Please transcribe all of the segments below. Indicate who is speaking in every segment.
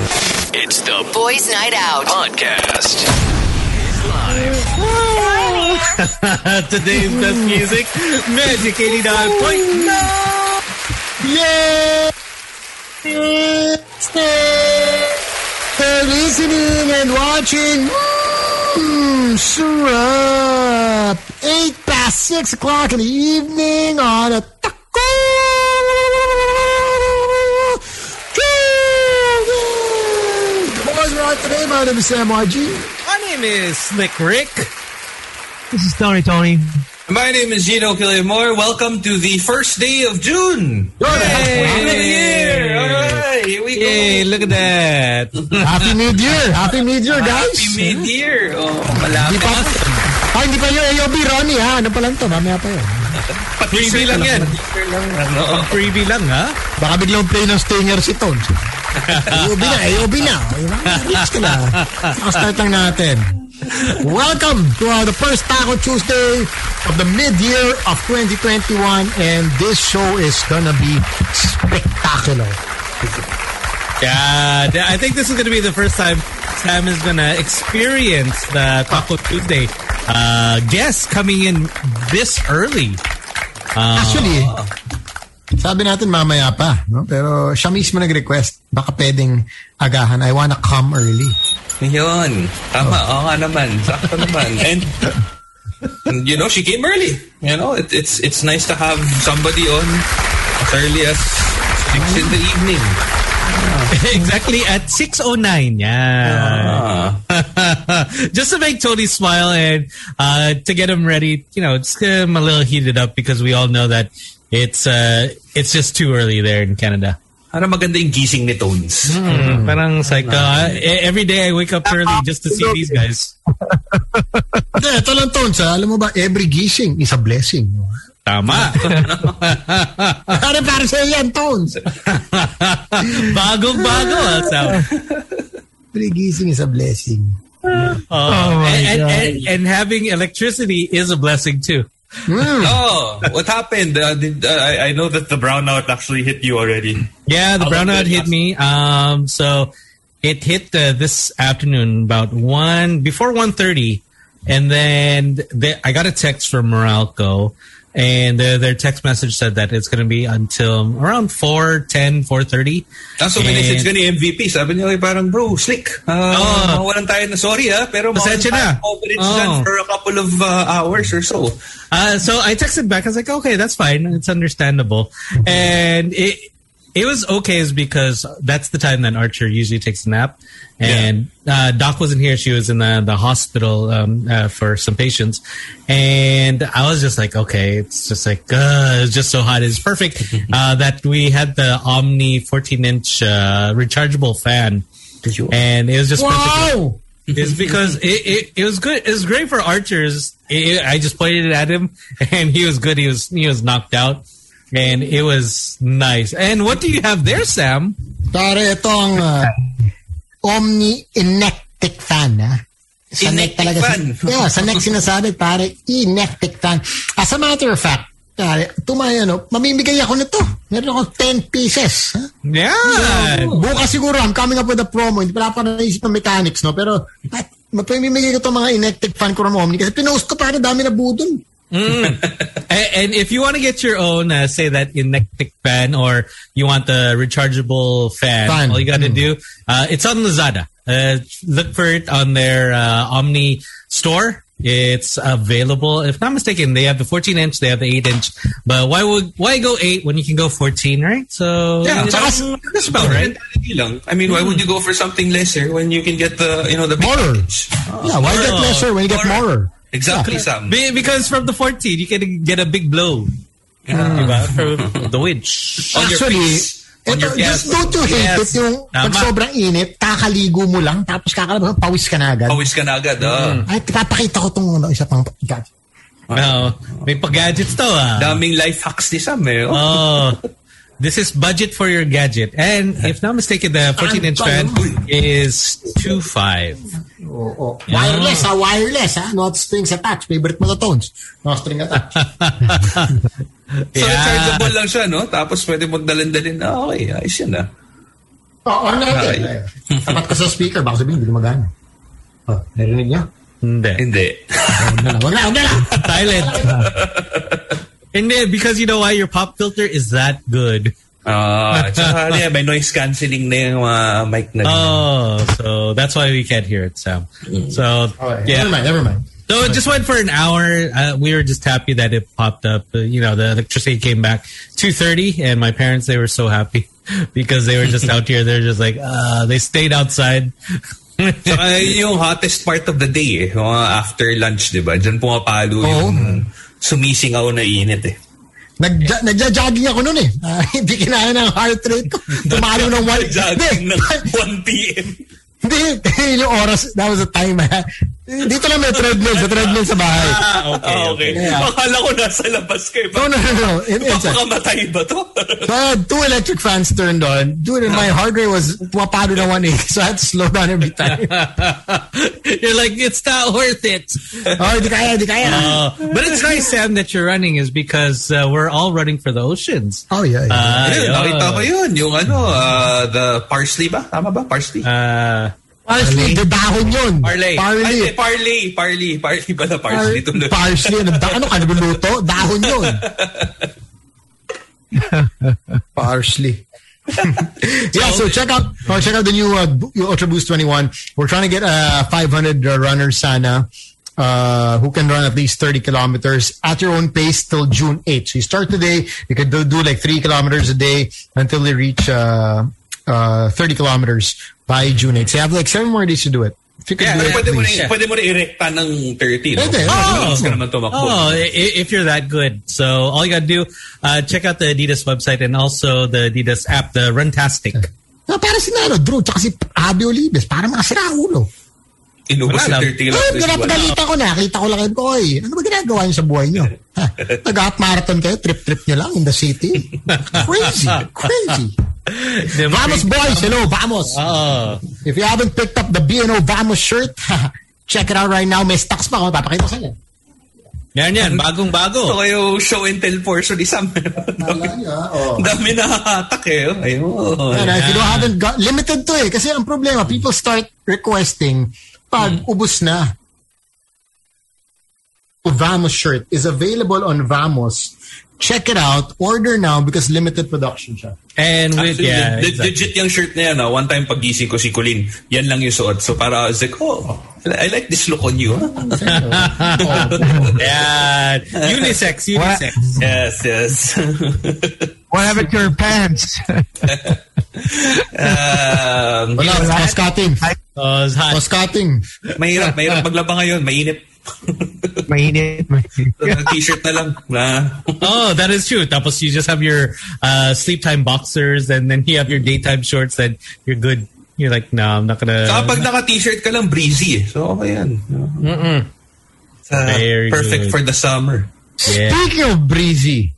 Speaker 1: It's the
Speaker 2: Boys Night Out.
Speaker 1: podcast. It's live.
Speaker 3: Today's best music, Magic 89.9. Yeah! They're listening and watching. Mmm, syrup. Eight past six o'clock in the evening on a taco. Tuesday. The boys are out today. My name is Sam YG.
Speaker 4: My name is Slick Rick.
Speaker 5: This is Tony Tony.
Speaker 4: My name is Gino Killiamore. Welcome to the first day of June. Halfway through the year. All right, here we
Speaker 3: Hey,
Speaker 4: go.
Speaker 3: look at that.
Speaker 5: Happy New Year! Happy New Year, guys!
Speaker 4: Happy mid-year. Oh, malapit.
Speaker 5: pa, ah, hindi pa yung AOB, Ronnie, ha? Ano pa lang to? Mamaya pa yun.
Speaker 3: Freebie lang yan.
Speaker 4: Ano?
Speaker 3: Freebie lang, ha?
Speaker 5: Baka biglang play ng stinger si Tones. AOB na, AOB na. Diba? Relax ka na. Nakastart lang natin. Welcome to uh, the first Taco Tuesday of the mid-year of 2021 and this show is gonna be spectacular.
Speaker 3: Yeah, th- I think this is going to be the first time Sam is going to experience the Taco Tuesday uh, guest coming in this early.
Speaker 5: Actually, sabi natin mamaya pa, no? pero siya mismo nag-request, baka pwedeng agahan, I wanna come early.
Speaker 4: Yun. Tama. Oo nga naman. Sakto naman. Oh. And, and, you know, she came early. You know, it, it's it's nice to have somebody on as early as 6 in the evening.
Speaker 3: exactly at 6.09. Yeah.
Speaker 4: Ah.
Speaker 3: just to make Tony smile and uh, to get him ready, you know, just get him a little heated up because we all know that it's uh, it's just too early there in Canada. Mm-hmm.
Speaker 4: Parang Ano maganda yung gising ni Tones.
Speaker 3: Hmm, Parang it's like uh, e- every day I wake up early just to see these guys.
Speaker 5: Hindi, ito lang Tones, ha? alam mo ba, every gising is a blessing.
Speaker 3: Tama.
Speaker 5: Ano para sa'yo yan, Tones?
Speaker 3: bagong bago. ah, Sam.
Speaker 5: Every gising is a blessing.
Speaker 3: Oh,
Speaker 5: my
Speaker 3: and,
Speaker 5: God.
Speaker 3: and, and having electricity is a blessing too.
Speaker 4: Oh, what happened? Uh, did, uh, I, I know that the brownout actually hit you already.
Speaker 3: Yeah, the
Speaker 4: I'll
Speaker 3: brownout
Speaker 4: let you
Speaker 3: hit
Speaker 4: ask.
Speaker 3: me. Um, so it hit uh, this afternoon about one before one thirty, and then the, I got a text from Moralco, and their, their text message said that it's going to be until around 4.10, 4.30.
Speaker 4: Tapos Ah, so, message ka ni MVP. Sabi niya, "Oy, parang bro, slick. Uh,
Speaker 3: Oh.
Speaker 4: Walang tayo na sorry ha, pero
Speaker 3: Pasensya na.
Speaker 4: mawalan tayo ng coverage
Speaker 3: Oh.
Speaker 4: dyan for a couple of uh, hours or so.
Speaker 3: Uh, so I texted back. I was like, okay, that's fine. It's understandable. And it it was okay is because that's the time that Archer usually takes a nap. And uh, Doc wasn't here. She was in the, the hospital um, uh, for some patients. And I was just like, okay, it's just like, uh, it's just so hot. It's perfect uh, that we had the Omni 14 inch uh, rechargeable fan. And it was just perfect
Speaker 5: Wow!
Speaker 3: is because it, it, it was good. It was great for archers. It, it- I just pointed it at him, and he was good. He was he was knocked out, and it was nice. And what do you have there, Sam?
Speaker 5: Pare, ito ang ah, omni-inectic fan, ha? Sa neck
Speaker 4: Inectic
Speaker 5: talaga.
Speaker 4: fan.
Speaker 5: yeah, sa neck sinasabi, pare, inectic fan. As a matter of fact, pare, tumaya, no? Mamimigay ako nito. Meron akong 10 pieces. Ha?
Speaker 3: Yeah,
Speaker 5: Bukas siguro, I'm coming up with a promo. Hindi pala pa naisip ng mechanics, no? Pero, at, mapimimigay ko itong mga inectic fan ko ng omni. Kasi pinost ko, pare, dami na budol.
Speaker 3: and, and if you want to get your own, uh, say that inectic fan, or you want the rechargeable fan,
Speaker 5: Fan. Hmm.
Speaker 3: all you got to do, uh, it's on Lazada. Uh, look for it on their uh, Omni store. It's available. If not mistaken, they have the 14 inch, they have the 8 inch. But why would why go 8 when you can go 14, right? So you
Speaker 4: Yeah,
Speaker 3: know,
Speaker 4: that's, that's about right. Mentality Lang. I mean, why would you go for something lesser when you can get the, you know, the big
Speaker 5: Moral.
Speaker 4: package? Oh.
Speaker 5: Yeah, why get
Speaker 3: moral.
Speaker 5: lesser when you get more?
Speaker 4: Exactly, Sam.
Speaker 3: be- because from the 14 you can get a big blow. Diba? From the winch.
Speaker 4: On your
Speaker 5: Actually,
Speaker 4: face. On
Speaker 5: Ito,
Speaker 4: your face.
Speaker 5: just don't you hate
Speaker 3: Yes.
Speaker 5: it yung pag
Speaker 3: Tama.
Speaker 5: sobrang init, kakaligo mo lang, tapos kakalabas, pawis ka na agad.
Speaker 4: Pawis ka na agad. ah.
Speaker 5: Ay, papakita ko itong ano, isa pang gadget.
Speaker 3: Well, may pag-gadgets to ah.
Speaker 4: Daming life hacks ni Sam eh. Oh.
Speaker 3: Oh, this is budget for your gadget. And if not mistaken, the 14 inch fan is two five.
Speaker 5: Oo. Wireless, ha? Wireless, ha? Not strings attached. Favorite mo na tones. Not string attached.
Speaker 4: So,
Speaker 3: Yeah.
Speaker 4: rechargeable lang siya, no? Tapos pwede mo dalin-dalin. Ah, okay, ayos yan ah.
Speaker 5: Oo, on natin.
Speaker 4: Ay.
Speaker 5: Oh, Tapat ka sa speaker, baka sabihin, hindi gumagana. Oh, narinig niya?
Speaker 3: Hindi.
Speaker 4: Hindi.
Speaker 5: Huwag na Ah, lang, huwag na, huwag na lang.
Speaker 3: Silent. Hindi, because you know why? Your pop filter is that good.
Speaker 4: Ah, tsaka yeah, may noise cancelling na yung mga mic na yun.
Speaker 3: Oh, so that's why we can't hear it, Sam. So,
Speaker 5: Okay,
Speaker 3: yeah.
Speaker 5: Never mind, never mind.
Speaker 3: So it just went for an hour. Uh, we were just happy that it popped up. Uh, you know, the electricity came back 2.30 and my parents, they were so happy because they were just out here. They're just like, uh, they stayed outside.
Speaker 4: Tsaka yung hottest part of the day eh. Yung mga after lunch, di ba? Diyan pumapalo
Speaker 5: Oo.
Speaker 4: yung sumisingaw na init eh.
Speaker 5: Nagja- Nagja-jogging ako noon eh. Ah, hindi kinaya ng heart rate ko. Tumalo ng one.
Speaker 4: Jogging ng
Speaker 5: Hindi,
Speaker 4: 1 p.m.
Speaker 5: Hindi, yung oras, that was the time. ah. Dito lang may treadmill, sa treadmill sa bahay.
Speaker 4: Ah, okay. okay.
Speaker 5: Yeah.
Speaker 4: Akala ko nasa labas kayo.
Speaker 5: No, no, no, no. In, inside.
Speaker 4: Papakamatay ba to?
Speaker 5: So I had two electric fans turned on. Dude, and my heart rate was pumapado na 180. So I had to slow down every time.
Speaker 3: You're like, it's not worth it.
Speaker 5: Oh, di kaya, di kaya.
Speaker 3: Uh, but it's nice, Sam, that you're running is because uh, we're all running for the oceans.
Speaker 5: Oh, yeah. yeah.
Speaker 3: Uh,
Speaker 4: Ayun, nakita ko yun. Yung ano, ah, the parsley ba? Tama ba? Parsley?
Speaker 3: Uh,
Speaker 5: Parsley, the dahon yun.
Speaker 4: Parley.
Speaker 5: Parley.
Speaker 4: Ay, parley. Parley. Parley pala. Parsley. Tuloy.
Speaker 5: Parsley. Ano, da- ano ka nagluluto? Dahon yun. Parsley. yeah, so check out oh, check out the new uh, Bu- Ultra Boost 21. We're trying to get uh, 500 uh, runners sana uh, who can run at least 30 kilometers at your own pace till June 8. So you start today, you can do, do like 3 kilometers a day until they reach uh, uh, 30 kilometers by June 8. So you have like 7 more days to do it. If you can
Speaker 4: Yeah,
Speaker 5: do it,
Speaker 4: pwede mo, na,
Speaker 5: please.
Speaker 4: pwede mo na irekta ng 30. No?
Speaker 5: Pwede.
Speaker 4: Oh,
Speaker 3: Oo.
Speaker 4: ka naman tumakbo.
Speaker 3: Oh, i- i- if you're that good. So all you got to do, uh, check out the Adidas website and also the Adidas app, the Runtastic.
Speaker 5: Na para si Nano, Drew, tsaka si Abby Olives, para mga sira ang ulo.
Speaker 4: Inubos
Speaker 3: Wala lang.
Speaker 4: yung 30
Speaker 5: Ay,
Speaker 4: kilometers. Wala.
Speaker 5: pinapagalitan ko na. Kita ko lang kayo, oy, ano ba ginagawa niyo sa buhay niyo? Ha? Nag-half marathon kayo, trip-trip niyo lang in the city. Crazy, crazy.
Speaker 3: The
Speaker 5: Vamos boys, hello, vamos.
Speaker 3: Oh,
Speaker 5: If you haven't picked up the BNO Vamos shirt, check it out right now. May stocks pa ako, papakita ko sa inyo.
Speaker 3: yan yan, bagong
Speaker 4: Ito
Speaker 3: bago.
Speaker 4: kayo show and tell portion ni Sam. Dami-
Speaker 5: Oh.
Speaker 4: Dami na hatak eh. Ayun.
Speaker 5: If you don't haven't got, limited to eh. Kasi ang problema, people start requesting pag
Speaker 2: Hmm.
Speaker 5: ubus na. Vamos shirt is available on Vamos. Check it out. Order now because limited production siya.
Speaker 3: And with
Speaker 4: Actually,
Speaker 3: yeah,
Speaker 4: le-
Speaker 3: exactly.
Speaker 4: legit yung shirt na yan. ah. One time pagising ko si Colleen, yan lang yung suot. So para I was like, oh, I like this look on you. ah.
Speaker 3: yeah, unisex, unisex.
Speaker 4: Yes, yes.
Speaker 2: What happened to your pants?
Speaker 4: um,
Speaker 5: Wala, wala. Cost cutting.
Speaker 3: Oh, it's hot.
Speaker 5: Cost cutting.
Speaker 4: mahirap, mahirap maglaba ngayon. Mainit.
Speaker 2: mainit, mainit.
Speaker 4: T-shirt na lang. Na,
Speaker 3: Oh, that is true. Tapos you just have your uh, sleep time boxers, and then you have your daytime shorts, and you're good. You're like, no, I'm not gonna.
Speaker 4: Kapag naka-t-shirt ka lang, breezy. eh. So, okay yan. Sa-
Speaker 3: Very
Speaker 4: perfect
Speaker 3: good.
Speaker 4: for the summer.
Speaker 3: Yeah.
Speaker 5: Speaking of breezy.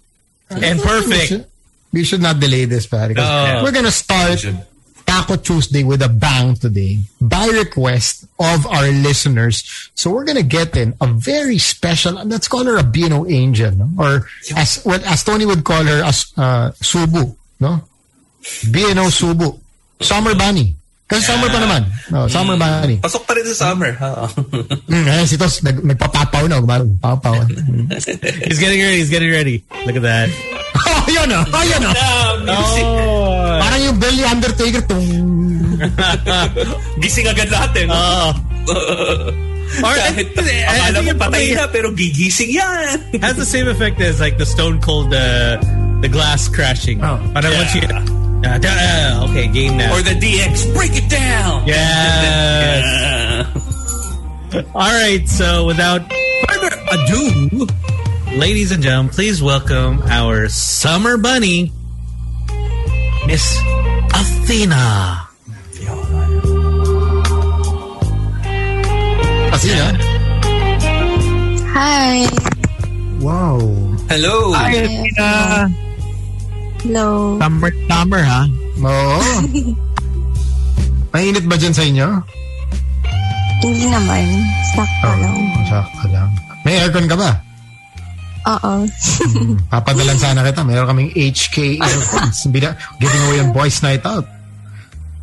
Speaker 3: And perfect.
Speaker 5: We should not delay this, pare. 'cause
Speaker 3: No.
Speaker 5: We're gonna start
Speaker 4: should.
Speaker 5: Taco Tuesday with a bang today by request of our listeners. So we're gonna get in a very special. Let's call her a Bino Angel, no? or as well as Tony would call her as uh, Subu, no? Bino Subu, Summer Bunny. Kasi summer pa naman. No, summer
Speaker 3: Mm.
Speaker 5: bunny.
Speaker 4: Pasok pa rin sa summer. ha?
Speaker 5: Mm, ayan, si Tos, nag, nagpapapaw na. Gumano, papaw.
Speaker 3: He's getting ready. He's getting ready. Look at that.
Speaker 5: oh, yun na. Oh, yun na.
Speaker 4: Music.
Speaker 3: Oh,
Speaker 5: Parang yung Belly Undertaker. Tung.
Speaker 4: Gising agad eh, natin.
Speaker 3: oh. Or,
Speaker 4: Kahit
Speaker 3: I, I
Speaker 4: akala
Speaker 3: think
Speaker 4: mo
Speaker 3: it
Speaker 4: patay
Speaker 3: probably
Speaker 4: na, pero gigising yan.
Speaker 3: has the same effect as like the Stone Cold, uh, the glass crashing.
Speaker 5: Oh.
Speaker 3: but I want you.
Speaker 4: Yeah.
Speaker 3: Uh, da- uh, okay, game now.
Speaker 4: Or the DX, break it down.
Speaker 3: yes.
Speaker 4: Uh,
Speaker 3: All right. So without further ado, ladies and gentlemen, please welcome our summer bunny, Miss Athena. Oh,
Speaker 5: Kasi na.
Speaker 6: Hi.
Speaker 5: Wow.
Speaker 4: hello.
Speaker 2: Ay,
Speaker 4: Ah.
Speaker 2: na.
Speaker 6: Hello.
Speaker 2: Summer, summer, ha?
Speaker 5: Oo. Mainit ba dyan sa inyo?
Speaker 6: Hindi naman. Sakto
Speaker 2: Oh.
Speaker 6: lang.
Speaker 5: Sakto lang. May aircon ka ba?
Speaker 6: Oo.
Speaker 5: Papadalan sana kita. Mayroon kaming HK aircons. Bina- giving away on boys night out.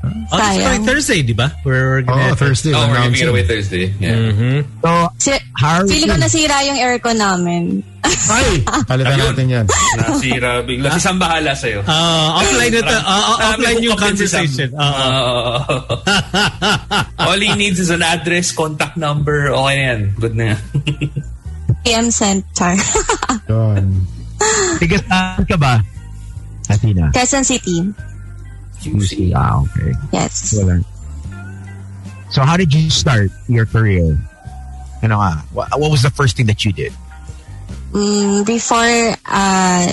Speaker 3: Oh, that's
Speaker 6: Sayang.
Speaker 3: right, Thursday, di ba? We're, we're
Speaker 5: Oh,
Speaker 3: gonna...
Speaker 5: Thursday.
Speaker 4: Oh, we're
Speaker 5: round
Speaker 4: giving it
Speaker 5: two.
Speaker 4: away Thursday. Yeah.
Speaker 3: Mhm.
Speaker 2: So,
Speaker 6: Si-
Speaker 2: Harvey.
Speaker 6: feeling ko nasira yung aircon namin.
Speaker 5: Ay! Palitan
Speaker 4: Ayun.
Speaker 5: natin yan.
Speaker 4: Nasira bigla. Si Sam bahala sa'yo.
Speaker 3: Ah, offline ito. Ah, ah,
Speaker 4: Marami
Speaker 3: offline yung
Speaker 4: hookup din si Sam.
Speaker 3: conversation. Ah, ah.
Speaker 4: Ah. All he needs is an address, contact number. Okay na yan. Good na yan.
Speaker 6: PM Center.
Speaker 5: Yun.
Speaker 2: Tigas saan ka ba? Athena.
Speaker 6: Quezon City.
Speaker 2: QC. Ah, okay.
Speaker 6: Yes.
Speaker 2: Wala. So how did you start your career? Ano nga? Wha- What was the first thing that you did?
Speaker 6: Mm, before, uh,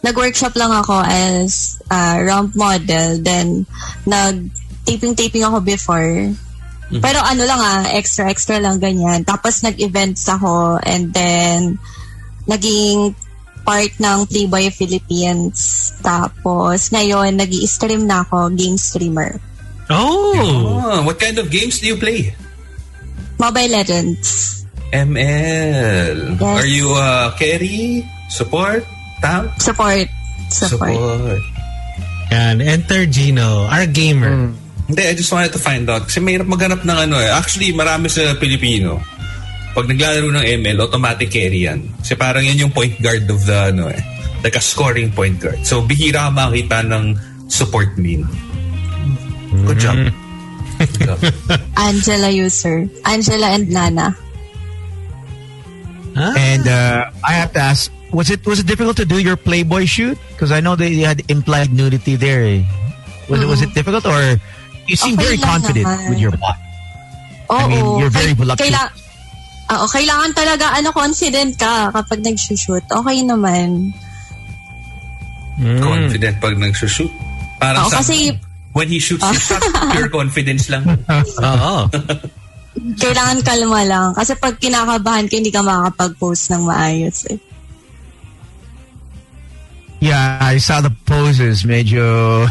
Speaker 6: nag-workshop lang ako as uh, ramp model. Then, nag-taping-taping ako before. Pero ano lang ah, extra-extra lang ganyan. Tapos nag-events ako and then naging part ng Playboy Philippines. Tapos ngayon, nag stream na ako, game streamer.
Speaker 3: Oh!
Speaker 4: Oh, what kind of games do you play?
Speaker 6: Mobile Legends,
Speaker 4: ML.
Speaker 6: Yes.
Speaker 4: Are you uh, carry, support, tank?
Speaker 6: support. Support.
Speaker 3: Yan, enter Gino, our gamer.
Speaker 6: Mm.
Speaker 4: Hindi, I just wanted to find out. Kasi mahirap maghanap ng ano eh. Actually, marami sa Pilipino. Pag naglalaro ng ML, automatic carry yan. Kasi parang yan yung point guard of the ano eh. Like a scoring point guard. So, bihira ka makita ng support main. Good job. Good job.
Speaker 6: Angela user. Angela and Lana.
Speaker 3: Ah.
Speaker 2: And uh, I have to ask, was it was it difficult to do your Playboy shoot? Because I know they had implied nudity there. eh. Was it was it difficult or you seem
Speaker 6: Mm. Okay
Speaker 2: very
Speaker 6: lang
Speaker 2: confident
Speaker 6: naman.
Speaker 2: with your bot?
Speaker 6: Oo.
Speaker 2: I mean, you're very
Speaker 6: Kay-
Speaker 2: voluptuous.
Speaker 6: kaila- Oo, kailangan talaga, ano, confident ka kapag nag-shoot. Okay naman.
Speaker 3: Mm.
Speaker 4: Confident pag nagsushoot. Parang
Speaker 6: Oo,
Speaker 4: sa-
Speaker 6: kasi-
Speaker 4: When he shoots his shot, pure confidence lang.
Speaker 3: Oo.
Speaker 6: Kailangan kalma lang. Kasi pag kinakabahan ka, hindi ka makakapag-post ng maayos eh.
Speaker 2: Yeah, I saw the poses. Medyo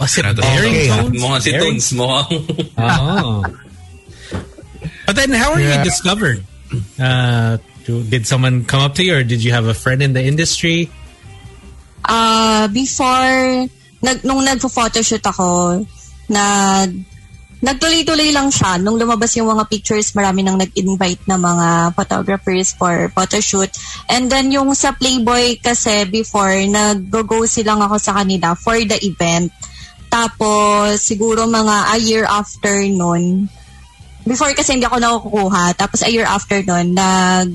Speaker 3: Was it
Speaker 4: Daring
Speaker 3: Daring
Speaker 2: ah.
Speaker 3: Tones?
Speaker 4: Mukhang si
Speaker 3: Daring-
Speaker 4: Tones, mukhang...
Speaker 3: Oh. But then, how were you
Speaker 2: Yeah.
Speaker 3: discovered? Uh, do- did someone come up to you, or did you have a friend in the industry?
Speaker 6: Ah, before, nag, nung nagpo-photoshoot ako, nag, nagtuloy-tuloy lang siya. Nung lumabas yung mga pictures, marami nang nag-invite na mga photographers for photoshoot. And then yung sa Playboy kasi before, nag-go silang ako sa kanila for the event. Tapos, siguro mga a year after nun, before kasi hindi ako nakukuha, tapos a year after nun, nag,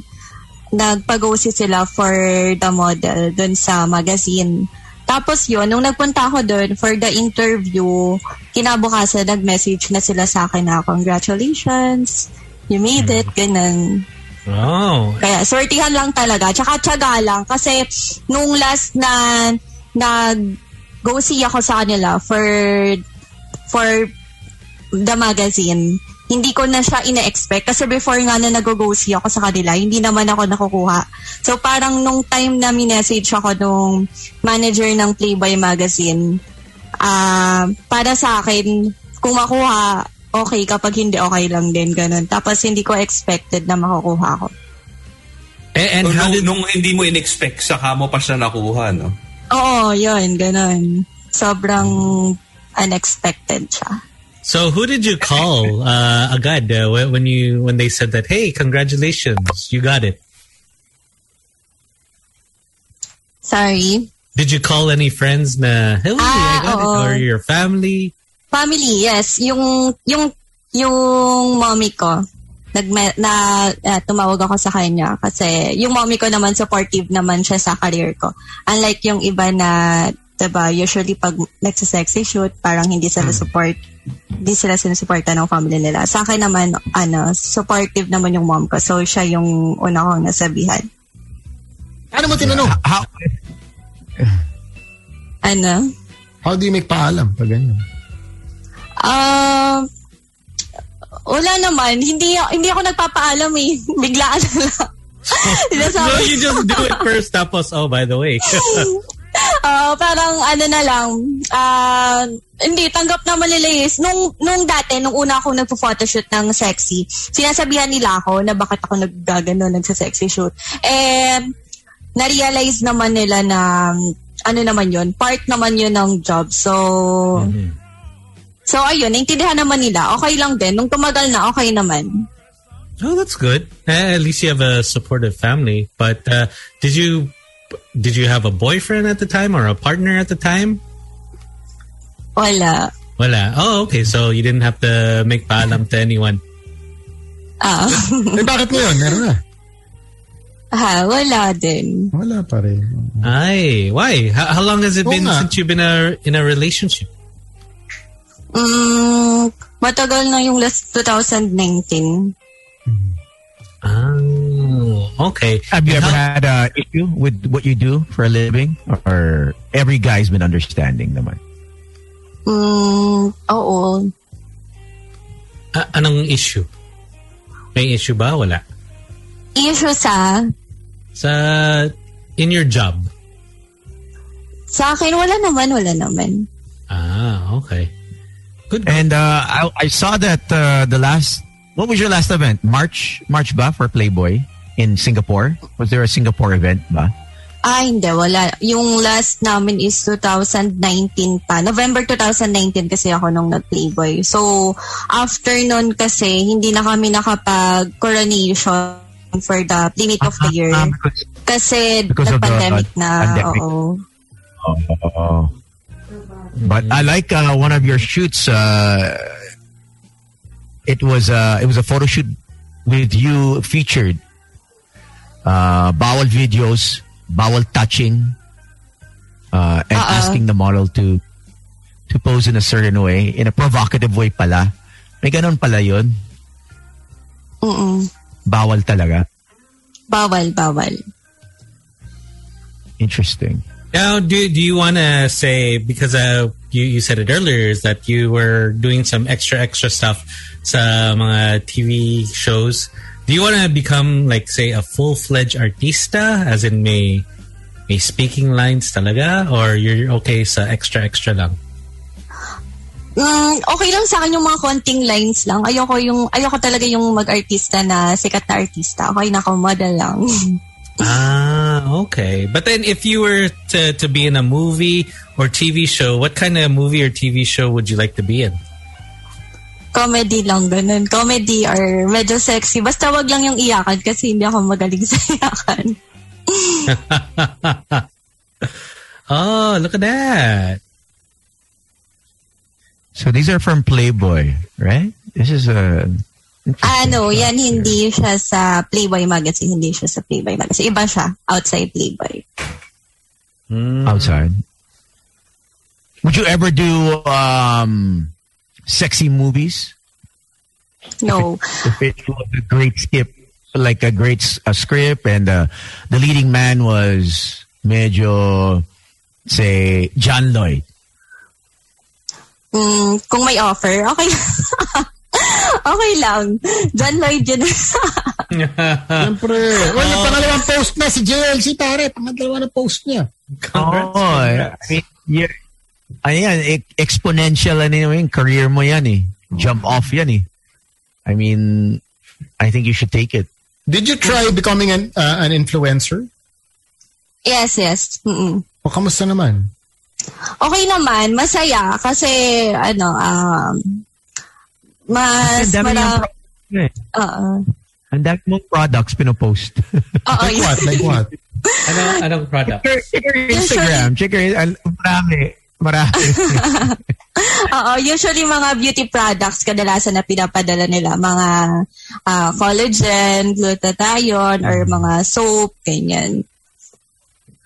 Speaker 6: nagpag-OC sila for the model dun sa magazine. Tapos yun, nung nagpunta ako dun for the interview, kinabukasan nag-message na sila sa akin na congratulations, you made it, ganun.
Speaker 3: Oh.
Speaker 6: Kaya sortihan lang talaga. Tsaka tsaga lang. Kasi nung last na nag-go see ako sa kanila for for the magazine, hindi ko na siya ina-expect. Kasi before nga na nag-go see ako sa kanila, hindi naman ako nakukuha. So parang nung time na minessage ako nung manager ng Playboy magazine, ah, para sa akin, kung makuha, okay. Kapag hindi, okay lang din. Ganun. Tapos hindi ko expected na makukuha ako.
Speaker 3: And, and
Speaker 4: Nung-
Speaker 3: how did
Speaker 4: nung hindi mo in-expect, saka mo pa siya nakuha, no?
Speaker 6: Oo, yun, ganun. Sobrang unexpected siya.
Speaker 3: so? Who did you call? Uh, agad uh, wh- when you when they said that? Hey, congratulations, you got it.
Speaker 6: Sorry.
Speaker 3: Did you call any friends? Na hello, I
Speaker 6: Ah,
Speaker 3: got
Speaker 6: oo.
Speaker 3: it, or your family?
Speaker 6: Family, yes. Yung, yung, yung mommy ko, nag na ah, tumawag ako sa kanya kasi yung mommy ko naman supportive naman siya sa career ko. Unlike yung iba na, 'di ba, usually pag nagsasexy shoot, parang hindi sila support hindi sila sinusuporta ng family nila. Sa akin naman, ano, supportive naman yung mom ko. So, siya yung una kong nasabihan.
Speaker 5: Ano mo tinanong?
Speaker 2: how
Speaker 6: Ano?
Speaker 5: How do you make paalam pag ganyan?
Speaker 6: Ah, wala naman. Hindi hindi ako nagpapaalam eh. Biglaan na lang.
Speaker 3: No,
Speaker 6: Sinasabi,
Speaker 3: you just do it first. Tapos, oh, by the way,
Speaker 6: ah, parang ano na lang. Ah, hindi, tanggap naman nila is. Nung, nung dati, nung una ako nagpo-photoshoot ng sexy, sinasabihan nila ako na bakit ako naggagano, nagsasexy shoot. And, na-realize naman nila na ano naman yun, part naman yun ng job. So, so ayun, naintindihan naman nila. Okay lang din. Nung tumagal na, okay naman.
Speaker 3: Oh, that's good. Eh, At least you have a supportive family. But uh, did you did you have a boyfriend at the time or a partner at the time?
Speaker 6: Wala.
Speaker 3: Wala. Oh, okay. So you didn't have to make paalam to anyone.
Speaker 6: Ah,
Speaker 5: Eh, bakit ngayon? Meron na.
Speaker 6: ha, wala din.
Speaker 5: Wala pa rin.
Speaker 3: Ay, why? How, how long has it
Speaker 5: Oo
Speaker 3: been
Speaker 5: nga.
Speaker 3: since you've been a, in a relationship?
Speaker 6: Mm, matagal na yung last 2019.
Speaker 3: Oh, okay.
Speaker 2: Have you
Speaker 3: And
Speaker 2: ever
Speaker 3: how-
Speaker 2: had an issue with what you do for a living? Or every guy's been understanding naman?
Speaker 6: Mm, oo.
Speaker 3: a- anong issue? May issue ba? Wala.
Speaker 6: Issue sa,
Speaker 3: Sa in your job.
Speaker 6: sa akin, wala naman, wala naman.
Speaker 3: Ah, okay. Good.
Speaker 2: And uh, I, I saw that uh, the last, what was your last event? March? March ba for Playboy in Singapore? Was there a Singapore event ba?
Speaker 6: Ah, hindi, wala. Yung last namin is 2019 pa. November 2019 kasi ako nung nag-playboy. So, after nun kasi, hindi na kami nakapag-coronation for the limit of the year.
Speaker 2: Ah, because-
Speaker 6: Kasi
Speaker 2: because of the,
Speaker 6: nag-pandemic
Speaker 2: uh,
Speaker 6: na.
Speaker 2: pandemic.
Speaker 6: Oo.
Speaker 2: Oh. But I like uh, one of your shoots. Uh, it was uh, it was a photo shoot with you featured. Uh, bowel videos, bowel touching, uh, and
Speaker 6: Uh-uh.
Speaker 2: asking the model to to pose in a certain way, in a provocative way pala. May ganun pala yun.
Speaker 6: Mm-mm.
Speaker 2: Bawal talaga.
Speaker 6: Bawal, bawal.
Speaker 2: Interesting.
Speaker 3: Now, do do you want to say because uh, you you said it earlier is that you were doing some extra extra stuff sa mga TV shows. Do you want to become like say a full fledged artista, as in may may speaking lines talaga, or you're okay sa extra extra lang?
Speaker 6: Mm, okay lang sa akin yung mga konting lines lang. Ayoko yung ayoko talaga yung mag-artista na sikat na artista. Okay na ako model lang.
Speaker 3: Ah, okay. But then if you were to to be in a movie or TV show, what kind of movie or TV show would you like to be in?
Speaker 6: Comedy lang ganun. Comedy or medyo sexy. Basta wag lang yung iyakan kasi hindi ako magaling sa iyakan.
Speaker 3: Oh, look at that.
Speaker 2: So these are from Playboy, right? This is a
Speaker 6: Ano, yan hindi siya sa Playboy magazine, hindi siya sa Playboy magazine. Iba siya outside Playboy.
Speaker 3: Hmm.
Speaker 2: outside. Would you ever do um, sexy movies?
Speaker 6: No.
Speaker 2: If it was a great skip, like a great s- a script, and uh, the leading man was medyo, say, John Lloyd.
Speaker 6: Mm, kung may offer, okay. okay lang. John Lloyd yun.
Speaker 5: Siyempre. Well, yung pangalawang post na si JLC, pare. Pangalawa na post niya.
Speaker 3: Congrats,
Speaker 2: Oo, eh. I mean, you're, ano yan, e- exponential ano yun, career mo yan eh. Jump off yan eh. I mean, I think you should take it.
Speaker 5: Did you try becoming an uh, an influencer?
Speaker 6: yes, yes. Mm-mm.
Speaker 5: O kamusta naman?
Speaker 6: okay naman, masaya kasi ano um mas
Speaker 2: Ang dami niyang
Speaker 6: mara-
Speaker 2: pro- eh.
Speaker 6: Oo.
Speaker 2: Ang dami mong products pinopost.
Speaker 6: Oo.
Speaker 5: Like what? Like what?
Speaker 3: Ano, anong product?
Speaker 2: check, check her Instagram. Check her. al- Marami. Marami.
Speaker 6: Oo, usually mga beauty products kadalasan na pinapadala nila mga ah, collagen, glutathione
Speaker 3: Mm.
Speaker 6: or mga soap ganyan.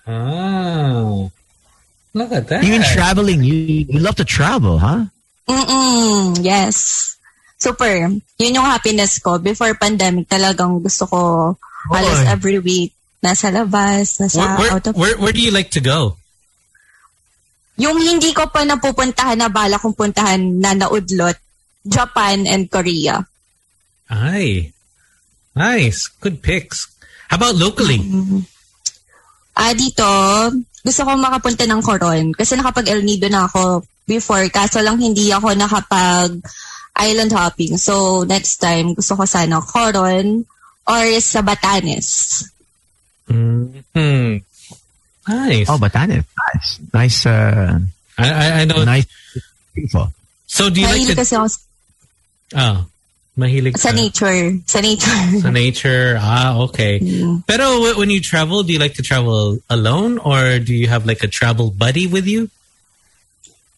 Speaker 3: Oh. Look at that.
Speaker 2: Even traveling. You, you love to travel, huh?
Speaker 6: Mm, yes. Super. Yun yung happiness ko before pandemic talagang gusto ko halos
Speaker 2: Oy.
Speaker 6: every week nasa labas, nasa
Speaker 3: where, where,
Speaker 6: out of
Speaker 3: where, where do you like to go?
Speaker 6: Yung hindi ko pa napupuntahan na bala kong puntahan na naudlot, Japan and Korea.
Speaker 3: Ay. Nice. Good picks. How about locally?
Speaker 6: Ah, dito, gusto ko makapunta ng Coron kasi nakapag El Nido na ako before. Kaso lang hindi ako nakapag island hopping. So, next time, gusto ko sana Coron or sa Batanes.
Speaker 3: Hmm. Nice.
Speaker 2: Oh, Batanes. Nice. Nice. Uh,
Speaker 3: I, I, I know.
Speaker 2: nice. Info.
Speaker 3: So do you like to...
Speaker 6: Mahilig kasi ako s-
Speaker 3: Ah, mahilig
Speaker 6: sa
Speaker 3: ka.
Speaker 6: nature. Sa
Speaker 3: Sa
Speaker 6: nature.
Speaker 3: nature. Ah, okay. Pero wh- when you travel, do you like to travel alone or do you have like a travel buddy with you?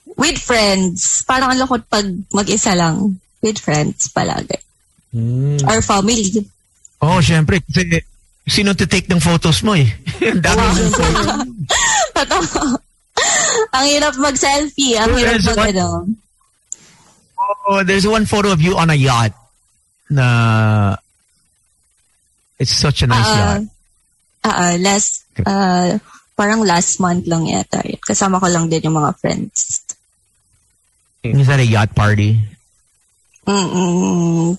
Speaker 6: With friends. Parang ang lukot pag mag-isa lang. With friends palagi.
Speaker 3: Mm.
Speaker 6: Or family.
Speaker 2: Oh, syempre. Kasi sino to take ng photos mo eh? Ang dami ng photos.
Speaker 6: Totoo. ang hirap mag-selfie. Ang hirap
Speaker 2: There's
Speaker 6: mag
Speaker 2: one-
Speaker 6: ano.
Speaker 2: Oh, there's one photo of you on a yacht. Na it's such a nice
Speaker 6: Ah,
Speaker 2: yacht.
Speaker 6: ah, ah, last, ah, parang last month lang yata. yun. Kasama ko lang din yung mga friends.
Speaker 2: Is that a yacht party?
Speaker 6: Mm-mm.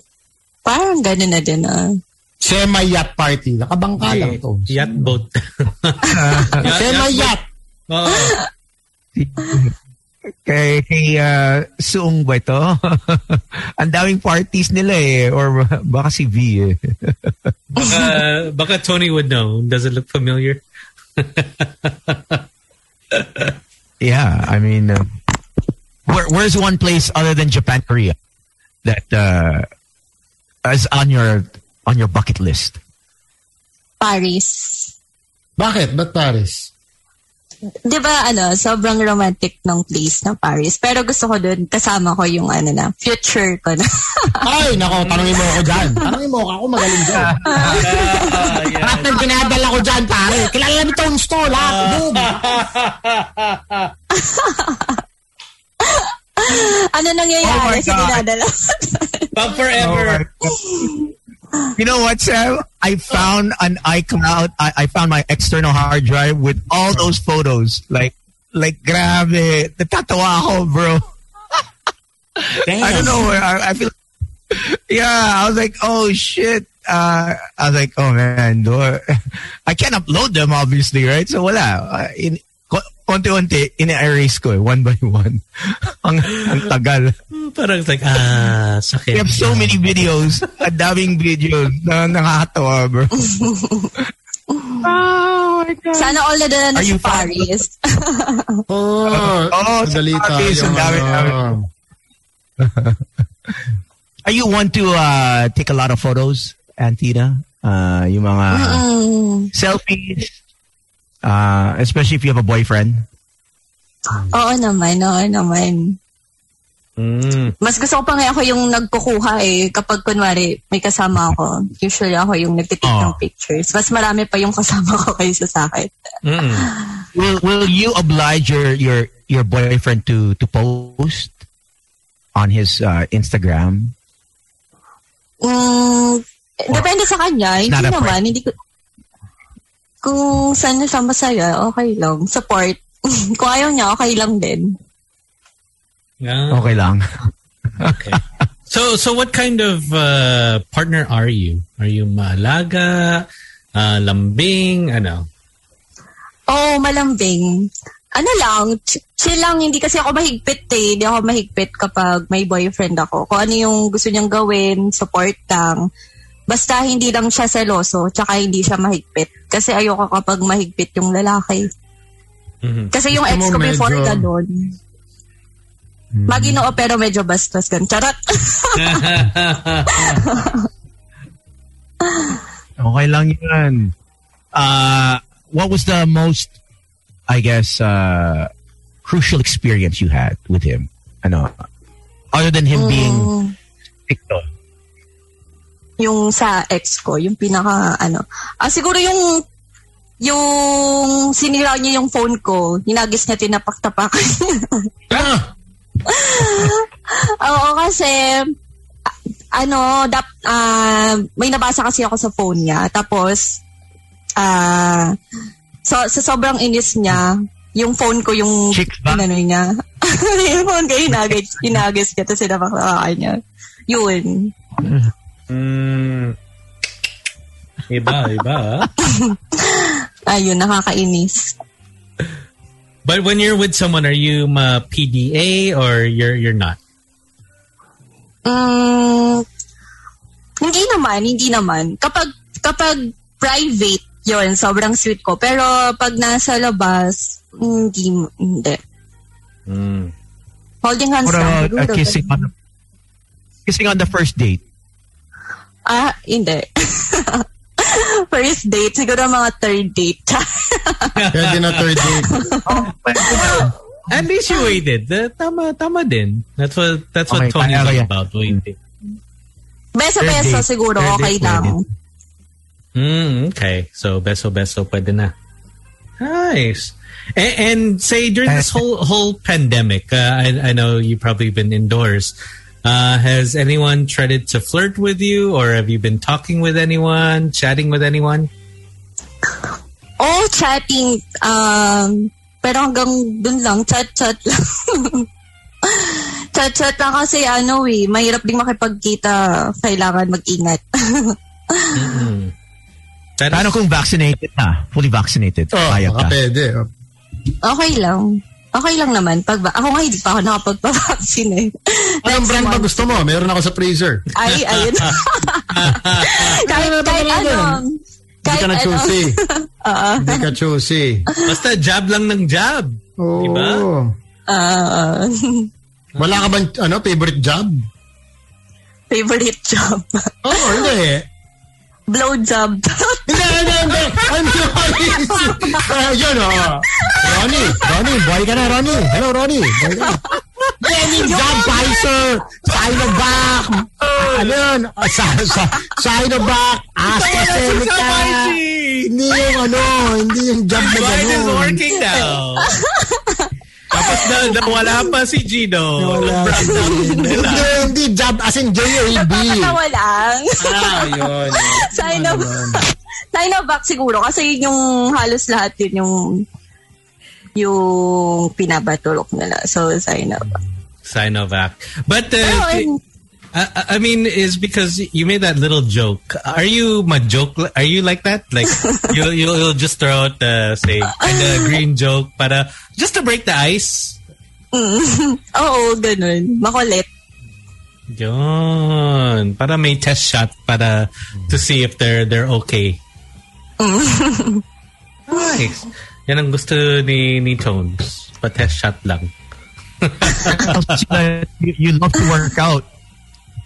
Speaker 6: Parang gano'n na din ah.
Speaker 5: Semi-yacht party. Nakabangka lang to.
Speaker 3: Yacht boat.
Speaker 5: Semi-yacht.
Speaker 3: Oo.
Speaker 2: Kay, kay ah, Suong ba ito? Ang daming parties nila eh. Or baka si V eh.
Speaker 3: baka, uh, baka Tony would know. Does it look familiar?
Speaker 2: Yeah, I mean, uh, where, where's one place other than Japan, Korea that uh, is on your on your bucket list?
Speaker 6: Paris.
Speaker 5: Bakit? Ba't Paris?
Speaker 6: Di ba ano, sobrang romantic ng place ng Paris. Pero gusto ko doon, kasama ko yung ano na, future ko na.
Speaker 5: Ay, nako, tanongin mo ako dyan. Tanongin mo ako, ako magaling dyan. Lahat ng dinadala ko dyan, pare. Kilala namin itong store, lahat. Boom.
Speaker 6: ano
Speaker 2: Oh
Speaker 6: nangyayari sa dinadala?
Speaker 3: Pag forever.
Speaker 2: You know what, Sam? I found an iCloud. I, I found my external hard drive with all those photos. Like, like, grabe. Natatawa ako, bro. I don't know. I, I feel. Yeah, I was like, oh shit. Uh, I was like, oh man, do I, I can't upload them obviously, right? So wala. Uh, in ko- konti-unti, in-erase ko eh, one by one. ang, ang tagal.
Speaker 3: Mm, Parang like, ah, sakit.
Speaker 2: We have so many videos. Ang daming videos na nakakatawa, bro. oh my God.
Speaker 6: Sana all na dala na
Speaker 2: Are
Speaker 6: sa
Speaker 2: you fond
Speaker 6: Paris.
Speaker 5: Oh,
Speaker 2: Oh, sa
Speaker 5: madali
Speaker 2: Paris,
Speaker 5: tayo.
Speaker 2: ang dami-
Speaker 5: ano.
Speaker 2: Are you want to uh, take a lot of photos, Antina? Uh, yung mga...
Speaker 6: Mm.
Speaker 2: selfies. Uh, especially if you have a boyfriend.
Speaker 6: Oo naman, oo naman.
Speaker 3: Mm.
Speaker 6: Mas gusto ko pa nga ako yung nagkukuha eh. Kapag kunwari may kasama ako, usually ako yung nagtitik
Speaker 2: Oh.
Speaker 6: ng pictures. Mas marami pa yung kasama ko kaysa sa akin.
Speaker 3: Mm.
Speaker 2: Will Will you oblige your your your boyfriend to to post on his uh, Instagram?
Speaker 6: Mm, depende sa kanya. Hindi
Speaker 2: Oh. not a
Speaker 6: naman. Hindi ko, kung saan niya siya masaya, okay lang. Support. kung ayaw niya, okay lang din.
Speaker 3: Yeah.
Speaker 2: Okay lang.
Speaker 3: Okay. So, so what kind of uh, partner are you? Are you malaga, uh, lambing, ano?
Speaker 6: Oh, malambing. Ano lang, ch- chill lang. Hindi kasi ako mahigpit eh. Hindi ako mahigpit kapag may boyfriend ako. Kung ano yung gusto niyang gawin, support lang. Basta hindi lang siya seloso, tsaka hindi siya mahigpit. Kasi ayoko kapag mahigpit yung lalaki.
Speaker 3: Mhm.
Speaker 6: Kasi yung ex
Speaker 5: Gusto mo
Speaker 6: ko before
Speaker 5: medyo- Mm.
Speaker 6: ganun. Maginoo pero medyo bastos ganun. Charot!
Speaker 2: Okay lang yun. Uh, what was the most, I guess, uh, crucial experience you had with him? Ano? Other than him being
Speaker 6: Mm,
Speaker 2: TikTok.
Speaker 6: yung sa ex ko, yung pinaka ano. Ah, siguro yung yung sinira niya yung phone ko, hinagis niya tinapak-tapak. Oo kasi ah, ano, dap, ah, may nabasa kasi ako sa phone niya. Tapos ah so, sa sobrang inis niya, yung phone ko yung
Speaker 2: Chicks ba?
Speaker 6: inano niya. yung phone ko hinagis, hinagis niya tapos tinapak-tapakan niya. Yun.
Speaker 3: Mm. Iba, iba. ah.
Speaker 6: Ayun, nakakainis.
Speaker 3: But when you're with someone, are you ma PDA or you're you're not?
Speaker 6: Mm, hindi naman, hindi naman. Kapag, kapag private yun, sobrang sweet ko. Pero pag nasa labas, hindi, hindi.
Speaker 2: Mm.
Speaker 6: Holding hands
Speaker 2: What
Speaker 6: lang.
Speaker 2: about uh,
Speaker 6: siguro.
Speaker 2: kissing on the, kissing on the first date?
Speaker 6: Ah, hindi. First date, siguro mga third date.
Speaker 5: Pwede na third date.
Speaker 3: At least you waited. Eh, Tama, tama din. That's what, that's what
Speaker 2: Um, Okay,
Speaker 3: Tony's
Speaker 2: pareho
Speaker 3: all
Speaker 2: yan.
Speaker 3: about, waiting.
Speaker 6: Beso-beso
Speaker 2: Third date.
Speaker 6: siguro,
Speaker 2: Third
Speaker 6: okay
Speaker 2: date,
Speaker 6: lang.
Speaker 3: Mm, okay. So, beso, beso, pwede na. Nice. And, and say, during this whole whole pandemic, uh, I, I know you've probably been indoors. Uh, has anyone tried to flirt with you, or have you been talking with anyone, chatting with anyone?
Speaker 6: Oh, chatting. Um, pero hanggang dun lang, chat-chat lang. chat-chat lang kasi ano eh, mahirap ding makipagkita. Kailangan mag-ingat.
Speaker 3: That
Speaker 2: Paano kung vaccinated na? Fully vaccinated?
Speaker 5: Oh,
Speaker 2: Kaya
Speaker 5: baka
Speaker 2: ka?
Speaker 5: pwede.
Speaker 6: okay lang. Okay lang naman. Pag ako nga hindi pa ako nakapagpa-vaccine eh.
Speaker 5: Anong brand ba gusto mo? Meron ako sa freezer.
Speaker 6: Ay, ayun. kahit, kahit ano.
Speaker 5: Hindi
Speaker 6: Kahit
Speaker 5: ka na
Speaker 6: ano.
Speaker 5: choosy. Hindi ka choosy.
Speaker 3: basta jab lang ng jab.
Speaker 5: Oo.
Speaker 3: Diba?
Speaker 6: Ah,
Speaker 5: Wala ka bang ano, favorite job?
Speaker 6: favorite job.
Speaker 5: Oo, oh, hindi.
Speaker 6: Blow job.
Speaker 5: Hindi, hindi, hindi. I'm sorry. Uh, yun, oo. Ronnie, Ronnie, boy ka na, Ronnie. Hello, Ronnie. Boy ka na. Jenny John Pfizer, Sinovac,
Speaker 3: Oh.
Speaker 5: ano yun, Ah, sa, sa, Sinovac, AstraZeneca. Hindi yung ano, hindi yung job na
Speaker 3: Mine is
Speaker 5: gano'n.
Speaker 3: working now. Tapos na, na wala pa si Gino.
Speaker 5: Wala. Hindi, hindi job, as in J-A-B.
Speaker 6: Nakakatawa lang.
Speaker 4: Ah, yun. Ano
Speaker 6: Sign up. Sign up back siguro kasi yun yung halos lahat yun yung yung pinabatulok nila. So, sign up.
Speaker 3: Sinovac. But, uh,
Speaker 6: Pero,
Speaker 3: I, I- I mean, is because you made that little joke. Are you my joke? Are you like that? Like, you'll, you'll, you'll just throw out, uh, say, kind of green joke, but uh, just to break the ice.
Speaker 6: mm, oo, ganun. Makulit.
Speaker 3: Yun. Para may test shot para to see if they're they're okay. nice. Yan ang gusto ni, ni Tones. Pa-test shot lang.
Speaker 2: you, you love to work out.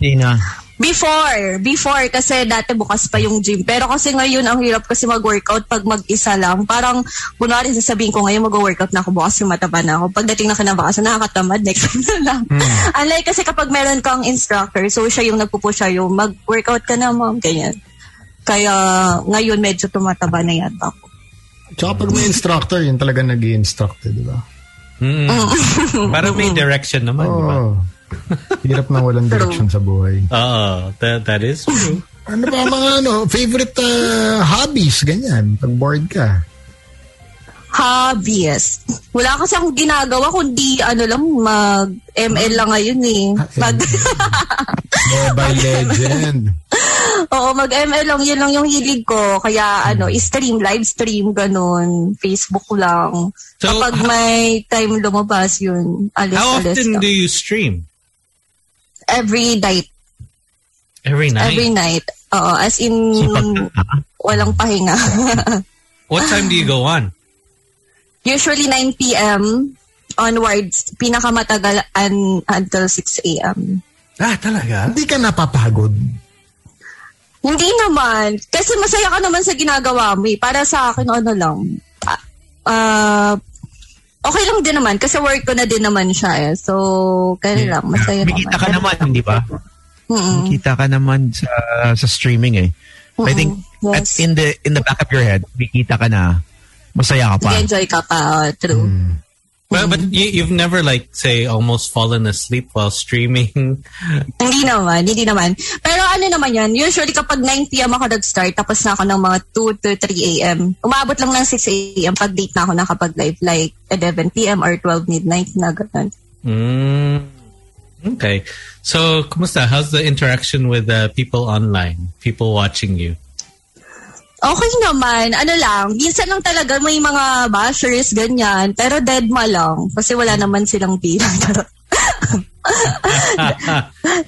Speaker 2: Tina.
Speaker 6: Before, before kasi dati bukas pa yung gym. Pero kasi ngayon ang hirap kasi mag-workout pag mag-isa lang. Parang kunwari sasabihin ko ngayon mag-workout na ako bukas yung mataba na ako. Pagdating na kinabukasan nakakatamad next time na lang. Unlike kasi kapag meron kang instructor, so siya yung nagpo-push sa'yo, mag-workout ka na ma'am, ganyan. Kaya ngayon medyo tumataba na yata ako.
Speaker 5: Tsaka pag may instructor, yun talaga nag instruct di ba?
Speaker 3: Mm. para may direction naman, Ah, di ba?
Speaker 5: Oo. Hirap na walang direction sa buhay.
Speaker 3: Oo. That, that is true.
Speaker 5: Ano ba mga ano, favorite uh, hobbies, ganyan, pag bored ka?
Speaker 6: Hobbies. Wala kasi akong ginagawa kundi ano lang mag-ML lang ngayon eh.
Speaker 5: Ah,
Speaker 6: Mag-
Speaker 5: Mobile Legend.
Speaker 6: Oo, mag-ML lang. Yun lang yung hilig ko. Kaya ano,
Speaker 3: Hmm.
Speaker 6: stream, live stream, ganun. Facebook lang.
Speaker 3: So, h-
Speaker 6: Kapag may time lumabas yun,
Speaker 3: How
Speaker 6: alis-alis
Speaker 3: often
Speaker 6: lang.
Speaker 3: do you stream?
Speaker 6: Every night.
Speaker 3: Every night.
Speaker 6: Every night. Oo, as in, walang pahinga.
Speaker 3: What time do you go on?
Speaker 6: Usually 9 p.m. onwards. Pinakamatagal un- until 6 a.m.
Speaker 3: Ah, talaga?
Speaker 5: Hindi ka napapagod.
Speaker 6: Hindi naman. Kasi masaya ka naman sa ginagawa mo eh. Para sa akin, ano lang. ah, ah, okay lang din naman. Kasi work ko na din naman siya eh. So, kaya lang. Masaya
Speaker 2: May kita ka
Speaker 6: naman.
Speaker 2: naman, di ba?
Speaker 6: Mm-mm.
Speaker 2: Kita ka naman sa, sa streaming eh. I
Speaker 6: Mm-mm.
Speaker 2: think at
Speaker 6: Yes.
Speaker 2: in the in the back of your head, may kita ka na masaya ka pa.
Speaker 6: Nag-enjoy ka pa. oh, true.
Speaker 2: Mm.
Speaker 3: Well, but you, you've never, like, say, almost fallen asleep while streaming.
Speaker 6: Hindi naman. Hindi naman. Pero ano naman yan. Usually kapag 9 p.m. ako nag-start, tapos na ako ng mga 2 to 3 a.m. Umabot lang ng 6 a.m. pag date na ako nakapag-live. Like 11 p.m. or 12 midnight na ganun.
Speaker 3: Mm. Okay. So, kumusta? How's the interaction with uh, people online? People watching you?
Speaker 6: Okay naman. Ano lang, minsan lang talaga may mga bashers, ganyan. Pero dead ma lang. Kasi wala naman silang bilang.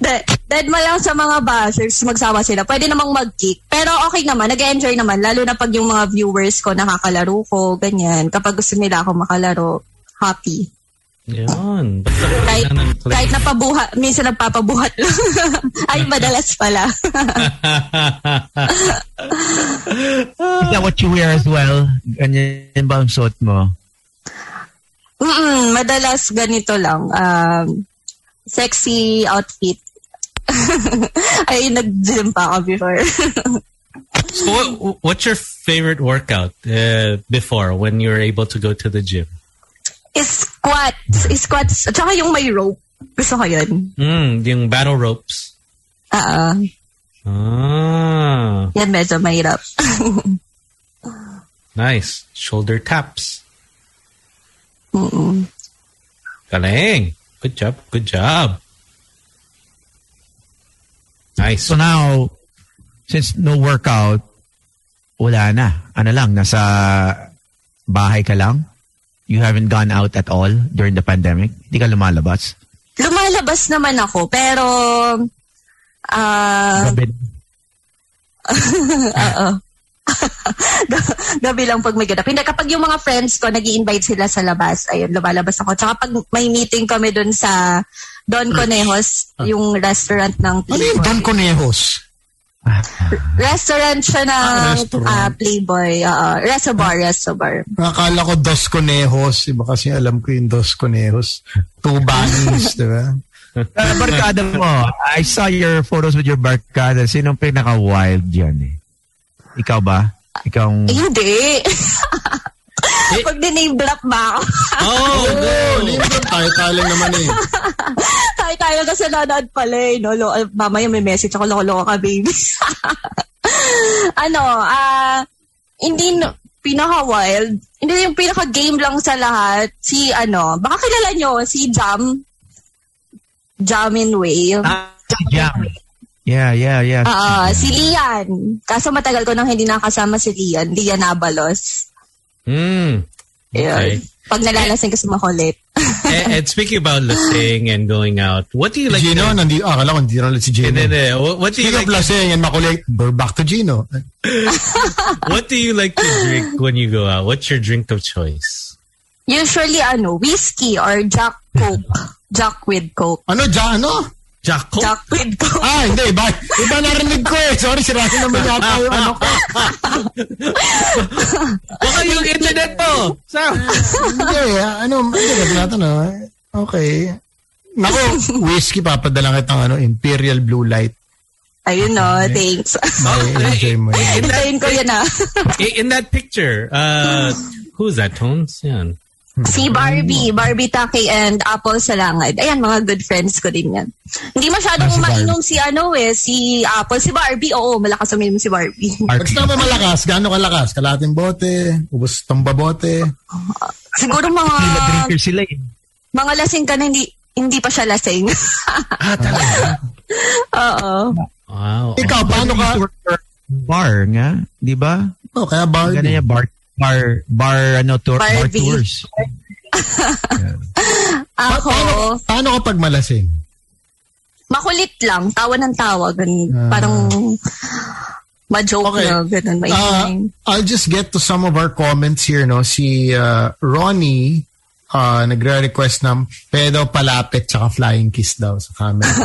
Speaker 6: De- dead ma lang sa mga bashers, magsama sila. Pwede namang mag-kick. Pero okay naman, nag enjoy naman. Lalo na pag yung mga viewers ko, nakakalaro ko, ganyan. Kapag gusto nila ako makalaro, happy.
Speaker 3: Yun. Basta
Speaker 6: Kahit,
Speaker 3: kailangan ng click.
Speaker 6: kahit napabuhat, minsan nagpapabuhat lang. Ay, madalas pala.
Speaker 2: Is that what you wear as well? Ganyan ba ang suot mo?
Speaker 6: Mm, madalas ganito lang. Um, sexy outfit. Ay, nag-gym pa ako before.
Speaker 3: So what, what's your favorite workout uh, before when you were able to go to the gym?
Speaker 6: Squats. Squats. At saka yung may rope. Gusto ko yun.
Speaker 3: Mm, yung battle ropes.
Speaker 6: Oo.
Speaker 3: Ah,
Speaker 6: Yan medyo mahirap.
Speaker 3: nice. Shoulder taps. Galing. Good job. Good job. Nice.
Speaker 2: So now, since no workout, wala na. Ano lang, nasa bahay ka lang? You haven't gone out at all during the pandemic? Hindi ka lumalabas?
Speaker 6: Lumalabas naman ako, pero... ah
Speaker 2: Gabi.
Speaker 6: gabi lang pag may ganap. Hindi, kapag yung mga friends ko, nag invite sila sa labas, ayun, lumalabas ako. Tsaka pag may meeting kami dun sa Don Conejos, yung restaurant ng
Speaker 5: Ano yung Don Conejos?
Speaker 2: Ah.
Speaker 6: Restaurant siya ng
Speaker 5: Ah, restaurant. Hmm.
Speaker 6: ah, Playboy. Oo. reservoir, reservoir.
Speaker 5: Akala ko Dos Conejos. Iba kasi alam ko yung Dos Conejos. Two bunnies, di ba?
Speaker 2: Uh, barkada mo. I saw your photos with your barkada. Sinong pinaka-wild yan eh? Ikaw ba? Ikaw ang...
Speaker 6: Eh, hindi.
Speaker 5: Eh.
Speaker 6: Pag diname drop ba ako?
Speaker 3: Oh,
Speaker 5: Oh, libre tayo tayo naman eh.
Speaker 6: tayo tayo kasi nanood pala eh. No? Lo, ah, mamaya may message ako, loko-loko ka, baby. ano, ah, hindi no, pinaka-wild. Hindi yung pinaka-game lang sa lahat. Si ano, baka kilala nyo, si Jam. Jamin Wave.
Speaker 3: Hmm.
Speaker 2: Si Jam. Yeah, yeah, yeah.
Speaker 6: Ah, si Lian. Kaso matagal ko nang hindi nakasama si Lian. Lian Abalos.
Speaker 3: Mm.
Speaker 6: Ayun.
Speaker 3: Okay.
Speaker 6: Pag nalalasing kasi makulit.
Speaker 3: and, and speaking about lasing and going out, what do you like?
Speaker 5: Gino,
Speaker 3: to-
Speaker 5: nandi, ah, akala ko hindi nalang si Gino.
Speaker 3: Hindi, hindi. What what do you
Speaker 5: Speaking
Speaker 3: like?
Speaker 5: of lasing and makulit, we're back to Gino.
Speaker 3: What do you like to drink when you go out? What's your drink of choice?
Speaker 6: Usually, ano, whiskey or Jack Coke. Jack with Coke.
Speaker 5: Ano, ja, ano?
Speaker 3: Jaco.
Speaker 6: Jack with Coke.
Speaker 5: Ah, hindi, iba, iba narinig ko eh. Sorry, sirasin naman yata yung ano ko.
Speaker 3: Baka yung internet mo. Sam.
Speaker 5: Hindi, ah, ano, hindi, kasi natin ah. Okay. Nako, whiskey, papadala kitang ano, Imperial Blue Light.
Speaker 6: Ayun no, thanks.
Speaker 5: May enjoy mo yun.
Speaker 6: Hintayin ko yan ah.
Speaker 3: I- In that picture, uh, who's that? Tones? Yan.
Speaker 6: si Barbie, Barbie Taki and Apple Salangad. Ayan, mga good friends ko din yan. Hindi masyadong
Speaker 5: Ah, si
Speaker 6: umainom si ano eh, si Apple. Si Barbie, oo, malakas uminom si Barbie.
Speaker 5: Basta ba malakas? Gaano kalakas? Kalating bote? Ubus tumba bote?
Speaker 6: Siguro mga,
Speaker 2: Sila drinker sila eh.
Speaker 6: mga lasing ka na hindi, hindi pa siya lasing.
Speaker 5: Ah, talaga?
Speaker 6: Oo.
Speaker 3: Wow.
Speaker 5: Ikaw, paano ka?
Speaker 2: Bar nga, di ba?
Speaker 5: Oh, kaya bar.
Speaker 2: Ganun niya, bar, bar, bar, ano, tour, bar
Speaker 6: Barbie.
Speaker 2: tours.
Speaker 6: Ako,
Speaker 5: Paano, paano kapag malasing?
Speaker 6: makulit lang, tawa ng tawa, ganun.
Speaker 5: Ah.
Speaker 6: Parang ma-joke
Speaker 5: Okay.
Speaker 6: na, ganun,
Speaker 5: Ah,
Speaker 6: maingay.
Speaker 5: I'll just get to some of our comments here, no? Si uh, Ronnie uh, nagre-request ng pedo palapit tsaka flying kiss daw sa camera. Ah.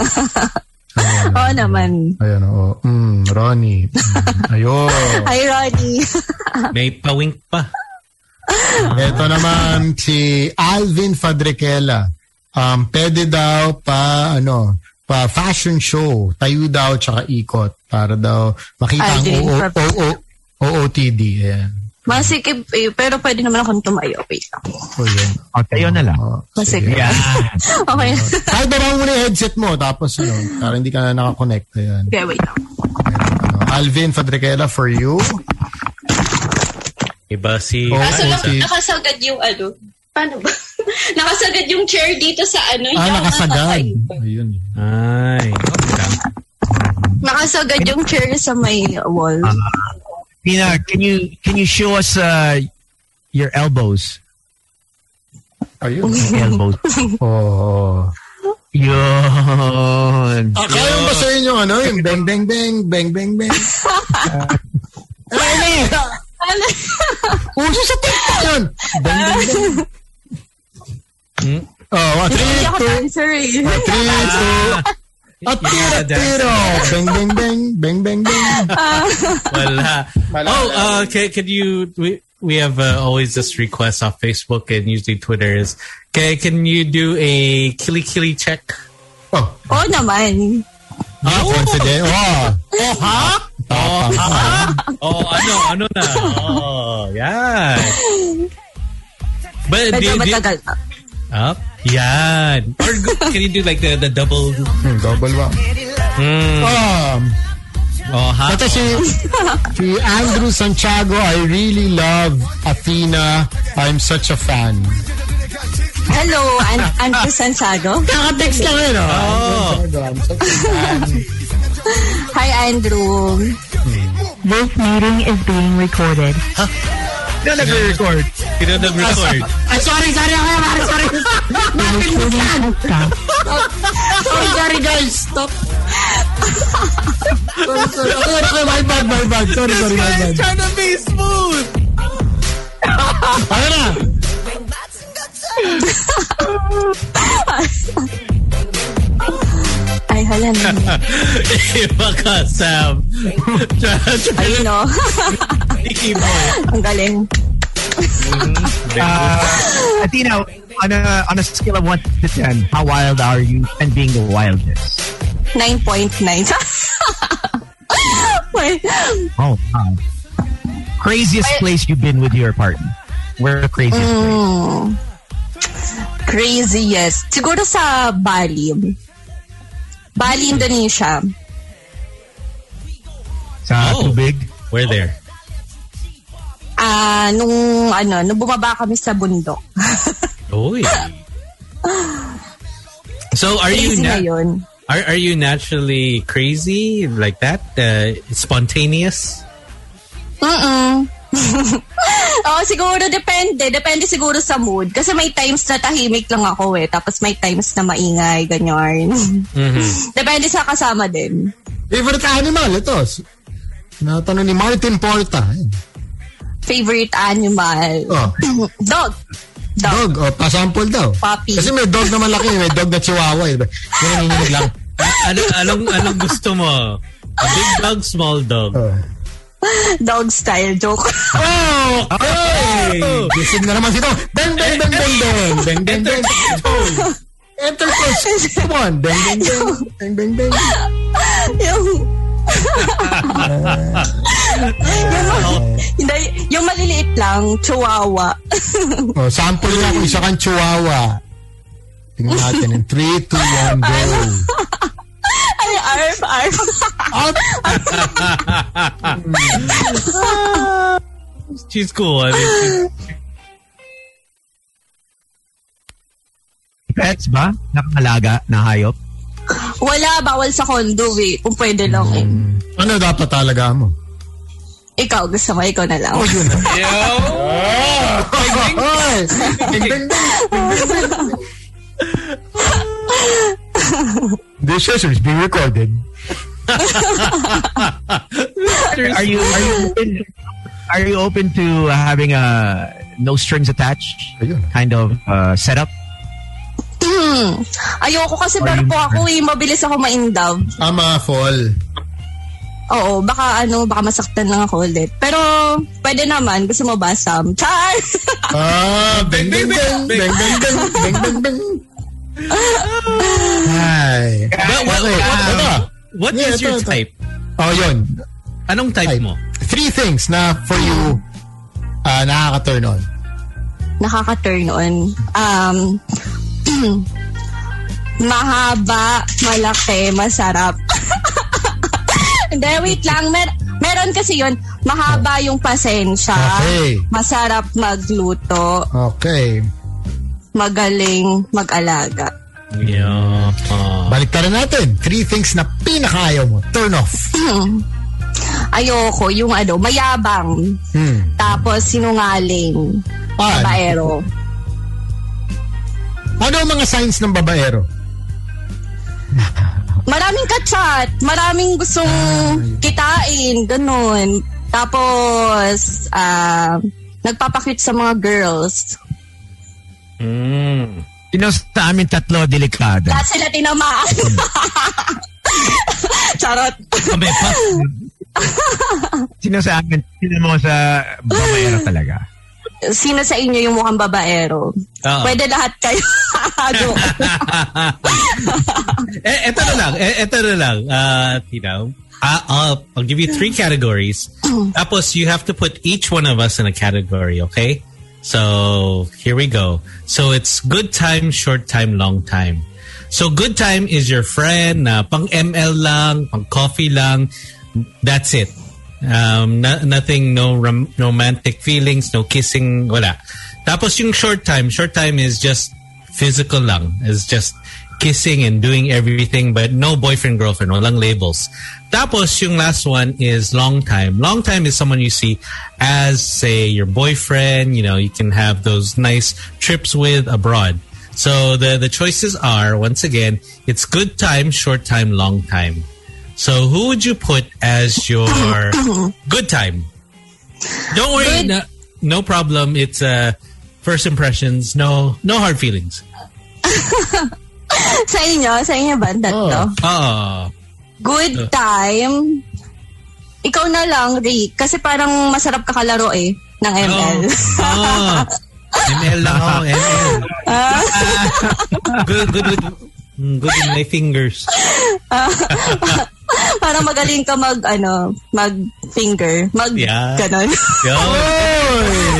Speaker 6: oo naman.
Speaker 5: Ayan, oo. Mm, Ronnie. Mm, ayun.
Speaker 6: Hi, Ronnie.
Speaker 3: May pawink pa.
Speaker 5: Ito naman si Alvin Fadriquela. Um, pwede daw pa, ano, pa fashion show. Tayo daw tsaka ikot para daw makita ang
Speaker 6: Alvin
Speaker 5: OO,
Speaker 6: Fad-
Speaker 5: OO, OOTD. Ayan.
Speaker 6: Masikip eh, pero pwede naman akong tumayo. Wait lang.
Speaker 5: O, yun.
Speaker 2: O, Oh, tayo na lang.
Speaker 5: O,
Speaker 6: Masikip.
Speaker 2: Yeah.
Speaker 3: Ah,
Speaker 6: Okay.
Speaker 5: Kahit baba mo na yung headset mo, tapos ano, para hindi ka na nakakonect. Ayan.
Speaker 6: Okay, wait lang.
Speaker 5: Ano, Alvin Fadriquela for you.
Speaker 3: Iba si...
Speaker 5: Oo.
Speaker 3: Ay,
Speaker 5: Kaso lang, si-
Speaker 6: nakasagad yung ano. Paano ba? nakasagad yung chair dito sa ano.
Speaker 5: Ah, nakasagad. Ayun.
Speaker 3: okay lang.
Speaker 6: Nakasagad yung chair sa may wall.
Speaker 5: Ah.
Speaker 2: Pina, can you, can you show us uh, your elbows?
Speaker 5: Ayun.
Speaker 2: Elbows.
Speaker 5: Oo.
Speaker 2: Yun.
Speaker 6: Oh,
Speaker 5: Akala mo ba ano, yung bang, bang, bang, bang, bang, bang. Ay,
Speaker 6: Ano?
Speaker 5: uso sa TikTok yun. Bang, bang, bang. Oh, ah, three,
Speaker 6: Hindi ako
Speaker 5: two,
Speaker 6: dancer eh.
Speaker 5: ah, three, two. At tira, tira. Bang, bang, bang, bang, bang, bang.
Speaker 6: Ah,
Speaker 3: Wala.
Speaker 5: Wala.
Speaker 3: Oh, uh, can, can you? We, we have uh, always this request off Facebook and usually Twitter is, can, can you do a killy killy check? Uh,
Speaker 5: Oh,
Speaker 6: Oo naman.
Speaker 5: ah, confident. Oh,
Speaker 3: Oh, ha? Oh, ha? Oh, ano, ano na? Oh, yeah. But do,
Speaker 6: Medyo
Speaker 3: you- do, you-
Speaker 6: matagal pa.
Speaker 3: up? Yan. Or go- can you do like the, the double?
Speaker 5: Hmm, double wow. Um,
Speaker 3: Oh, ha?
Speaker 5: Ito si, si Andrew Santiago, I really love Athena. I'm such a fan.
Speaker 6: Hello, An- Andrew Santiago.
Speaker 5: Kaka-text lang yun, oh. Santiago, I'm such a fan.
Speaker 6: Hi, Andrew.
Speaker 7: This meeting is being recorded.
Speaker 2: Hindi nag-record.
Speaker 3: You know, the record.
Speaker 5: Ay, sorry, sorry, okay, pare, sorry.
Speaker 7: Podcast.
Speaker 5: Sorry, sorry, guys. Stop. sorry, sorry. Okay, okay, my bad, my bad. Sorry, sorry, my bad.
Speaker 3: trying to be smooth.
Speaker 5: Ano na?
Speaker 6: Ay, hala na.
Speaker 3: Iba ka, Sam. Try
Speaker 6: Ay, no.
Speaker 3: mo.
Speaker 6: Ang galing.
Speaker 2: Uh, Athena, on a, on a scale of 1 to 10, how wild are you and being the wildest?
Speaker 6: 9.9. Wait.
Speaker 2: Oh, wow. Craziest place you've been with your partner? Where the craziest place?
Speaker 6: Mm. Craziest. Siguro sa Bali. Bali, Indonesia.
Speaker 2: Sa
Speaker 3: Oh.
Speaker 2: tubig?
Speaker 3: We're there.
Speaker 6: Ah, nung ano, nung bumaba kami sa bundok.
Speaker 3: Oy. So are you
Speaker 6: Crazy na
Speaker 3: na-
Speaker 6: yun.
Speaker 3: are are you naturally crazy like that? Uh, spontaneous?
Speaker 6: Mm-mm. Oo, siguro depende. Depende siguro sa mood. Kasi may times na tahimik lang ako eh. Tapos may times na maingay, ganyan. depende sa kasama din.
Speaker 5: Favorite animal, ito. Natanong ni Martin Porta.
Speaker 6: Favorite animal.
Speaker 5: Oh,
Speaker 6: Dog. Dog.
Speaker 5: dog. Oh, pasample daw.
Speaker 6: Puppy.
Speaker 5: Kasi may dog na malaki, may dog na chihuahua. eh. Yun ang hinihilig lang.
Speaker 3: ano anong anong gusto mo? A big dog, small dog.
Speaker 5: Oh.
Speaker 6: Dog style joke.
Speaker 5: Oh!
Speaker 3: Hey!
Speaker 5: Gising na naman si Tom. Deng, deng, deng, deng, deng. Deng, deng, deng. Enter coach. Come on. Deng, deng, deng. Deng, deng, deng.
Speaker 6: yung... yung, hindi, yung maliliit lang, chihuahua.
Speaker 5: Oh, sample na kung isa kang chihuahua. Tingnan natin. In 3, 2, 1, go.
Speaker 6: Ay, arf, arf.
Speaker 5: Out!
Speaker 3: She's cool. I mean,
Speaker 2: Pets ba? Nakangalaga na hayop?
Speaker 6: Wala, bawal sa condo eh. Kung pwede lang eh.
Speaker 5: Ano dapat talaga mo?
Speaker 6: Ikaw, gusto mo, ikaw na lang.
Speaker 5: Oh, yun.
Speaker 4: Yo!
Speaker 5: Oy! Deng, deng, deng. This session is being recorded.
Speaker 2: Are you are you open, are you open to uh, having a no strings attached
Speaker 5: Ayun.
Speaker 2: kind of uh, setup?
Speaker 6: Hmm. Ayoko kasi pero po ako eh, mabilis ako maindab.
Speaker 5: Tama, fall.
Speaker 6: Oo, baka ano, baka masaktan lang ako ulit. Pero, pwede naman, gusto mo ba, Sam? Char!
Speaker 5: Ah, bang bang bang bang bang bang bang bang bang. Ay.
Speaker 3: But what-
Speaker 5: Okay,
Speaker 3: what-
Speaker 5: ito.
Speaker 3: what
Speaker 5: Yeah,
Speaker 3: is your
Speaker 5: ito, ito.
Speaker 3: type?
Speaker 5: Oh, yun.
Speaker 3: Anong type
Speaker 5: Type.
Speaker 3: mo?
Speaker 5: Three things na for you ah nakaka-turn on.
Speaker 6: Nakaka-turn on. Um, mahaba, malaki, masarap. Hindi, wait lang. Mer meron kasi yon Mahaba yung pasensya.
Speaker 5: Okay.
Speaker 6: Masarap magluto.
Speaker 5: Okay.
Speaker 6: Magaling mag-alaga.
Speaker 3: Yeah. Uh,
Speaker 5: Baliktaran natin. Three things na pinakaayaw mo. Turn off.
Speaker 6: Ayoko yung ano, mayabang.
Speaker 5: Hmm.
Speaker 6: Tapos sinungaling.
Speaker 5: Paano?
Speaker 6: Baero.
Speaker 5: Ano ang mga signs ng babaero?
Speaker 6: maraming kachat, maraming gustong kitain, ganun. Tapos, ah, nagpapakit sa mga girls.
Speaker 2: Sino sa amin tatlo delikado?
Speaker 6: Lahat sila tinamaan. Charot.
Speaker 3: Kami pa.
Speaker 2: Sino sa amin? Sino mo sa babayero talaga?
Speaker 6: Sino sa inyo yung mukhang babaero?
Speaker 3: Oo.
Speaker 6: Pwede lahat kayo. Joke.
Speaker 3: Eh, eto na lang. Eh, eto na lang. Uh, Tinaw. Ah, ah, I'll give you three categories. Tapos you have to put each one of us in a category, okay? So here we go. So it's good time, short time, long time. So good time is your friend na pang ML lang, pang coffee lang. That's it. Um, no- nothing, no rom- romantic feelings, no kissing, wala. Tapos yung short time, short time is just physical lang. It's just kissing and doing everything but no boyfriend, girlfriend, walang labels. Tapos yung last one is long time. Long time is someone you see as, say, your boyfriend, you know, you can have those nice trips with abroad. So the, the choices are, once again, it's good time, short time, long time. So who would you put as your good time? Don't worry,
Speaker 6: Good-
Speaker 3: no, no problem. It's uh, first impressions. No, no hard feelings.
Speaker 6: sa inyo, sa inyo ba ang tatlo?
Speaker 3: Oh,
Speaker 6: Good time. Ikaw na lang, Rick. Kasi parang masarap kakalaro eh ng ML.
Speaker 3: oh. ML lang ako, ML.
Speaker 6: Ah.
Speaker 3: good, good, with, mm, good with my fingers.
Speaker 6: parang magaling ka mag, ano, mag finger. Mag,
Speaker 3: Yeah.
Speaker 6: ganon.
Speaker 3: Yo,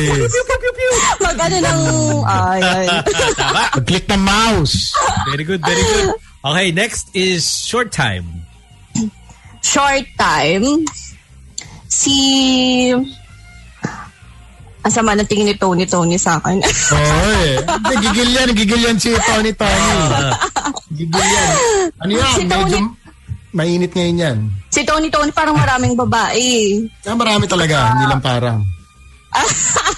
Speaker 6: mag ano ng, ah, yun.
Speaker 5: Pag-click ng mouse.
Speaker 3: very good, very good. Okay, next is short time.
Speaker 6: Short time. Si, ang sama ng tingin ni Tony Tony sa akin.
Speaker 5: Oy. Nagigil yan. Nagigil yan si Tony Tony. Gigil yan. Ano yan?
Speaker 6: Si Tony-
Speaker 5: Medyo mainit ngayon yan.
Speaker 6: si Tony Tony parang maraming babae.
Speaker 5: Ah, marami talaga. Hindi lang parang.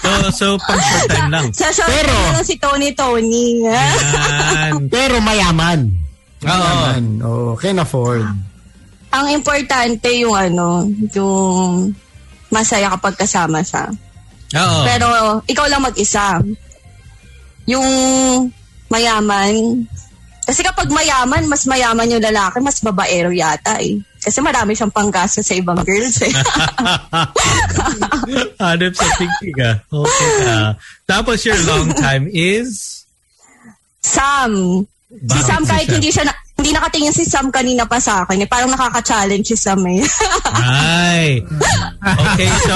Speaker 3: So, so pang short time lang.
Speaker 6: Sa short
Speaker 5: Pero-
Speaker 6: time lang si Tony Tony.
Speaker 3: Yan.
Speaker 5: Pero mayaman.
Speaker 3: Oo.
Speaker 5: Mayaman. Oo. Can afford.
Speaker 6: ang importante yung ano, yung masaya kapag kasama siya.
Speaker 3: Oo.
Speaker 6: Pero ikaw lang mag-isa. Yung mayaman, kasi kapag mayaman, mas mayaman yung lalaki, mas babaero yata eh. Kasi marami siyang panggasto sa ibang girls eh.
Speaker 3: Hanip sa tingting ah. Okay ah. Tapos your long time is?
Speaker 6: Sam. Si
Speaker 3: Bakit
Speaker 6: Sam
Speaker 3: si
Speaker 6: kahit
Speaker 3: Sam?
Speaker 6: hindi siya na, hindi nakatingin si Sam kanina pa sa akin. Eh. Parang nakaka-challenge si Sam eh.
Speaker 3: Ay. Okay, so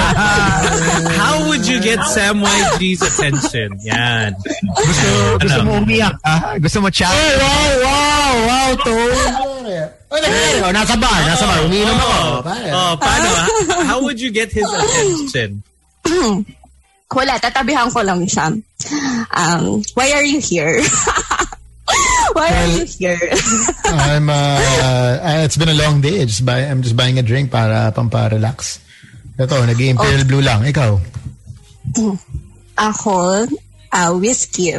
Speaker 3: how would you get Sam YG's attention? Yan.
Speaker 2: Gusto, gusto
Speaker 3: Ano?
Speaker 2: mo umiyak, ah? Gusto mo
Speaker 5: Ay,
Speaker 2: challenge?
Speaker 5: wow, wow, wow, Tony. Ano nangyari?
Speaker 2: Eh,
Speaker 5: Oh, nasa bar. Nasa bar. Umiinom ako.
Speaker 3: Oh,
Speaker 5: Pare.
Speaker 3: oh, paano? ah? How would you get his attention?
Speaker 6: Wala, tatabihan ko lang siya. Um, why are you here? why are you here?
Speaker 5: I'm, uh, uh, it's been a long day. Just buy, I'm just buying a drink para pamparelax. Ito, nag-imperial blue lang. Ikaw.
Speaker 6: Ako, uh, whiskey.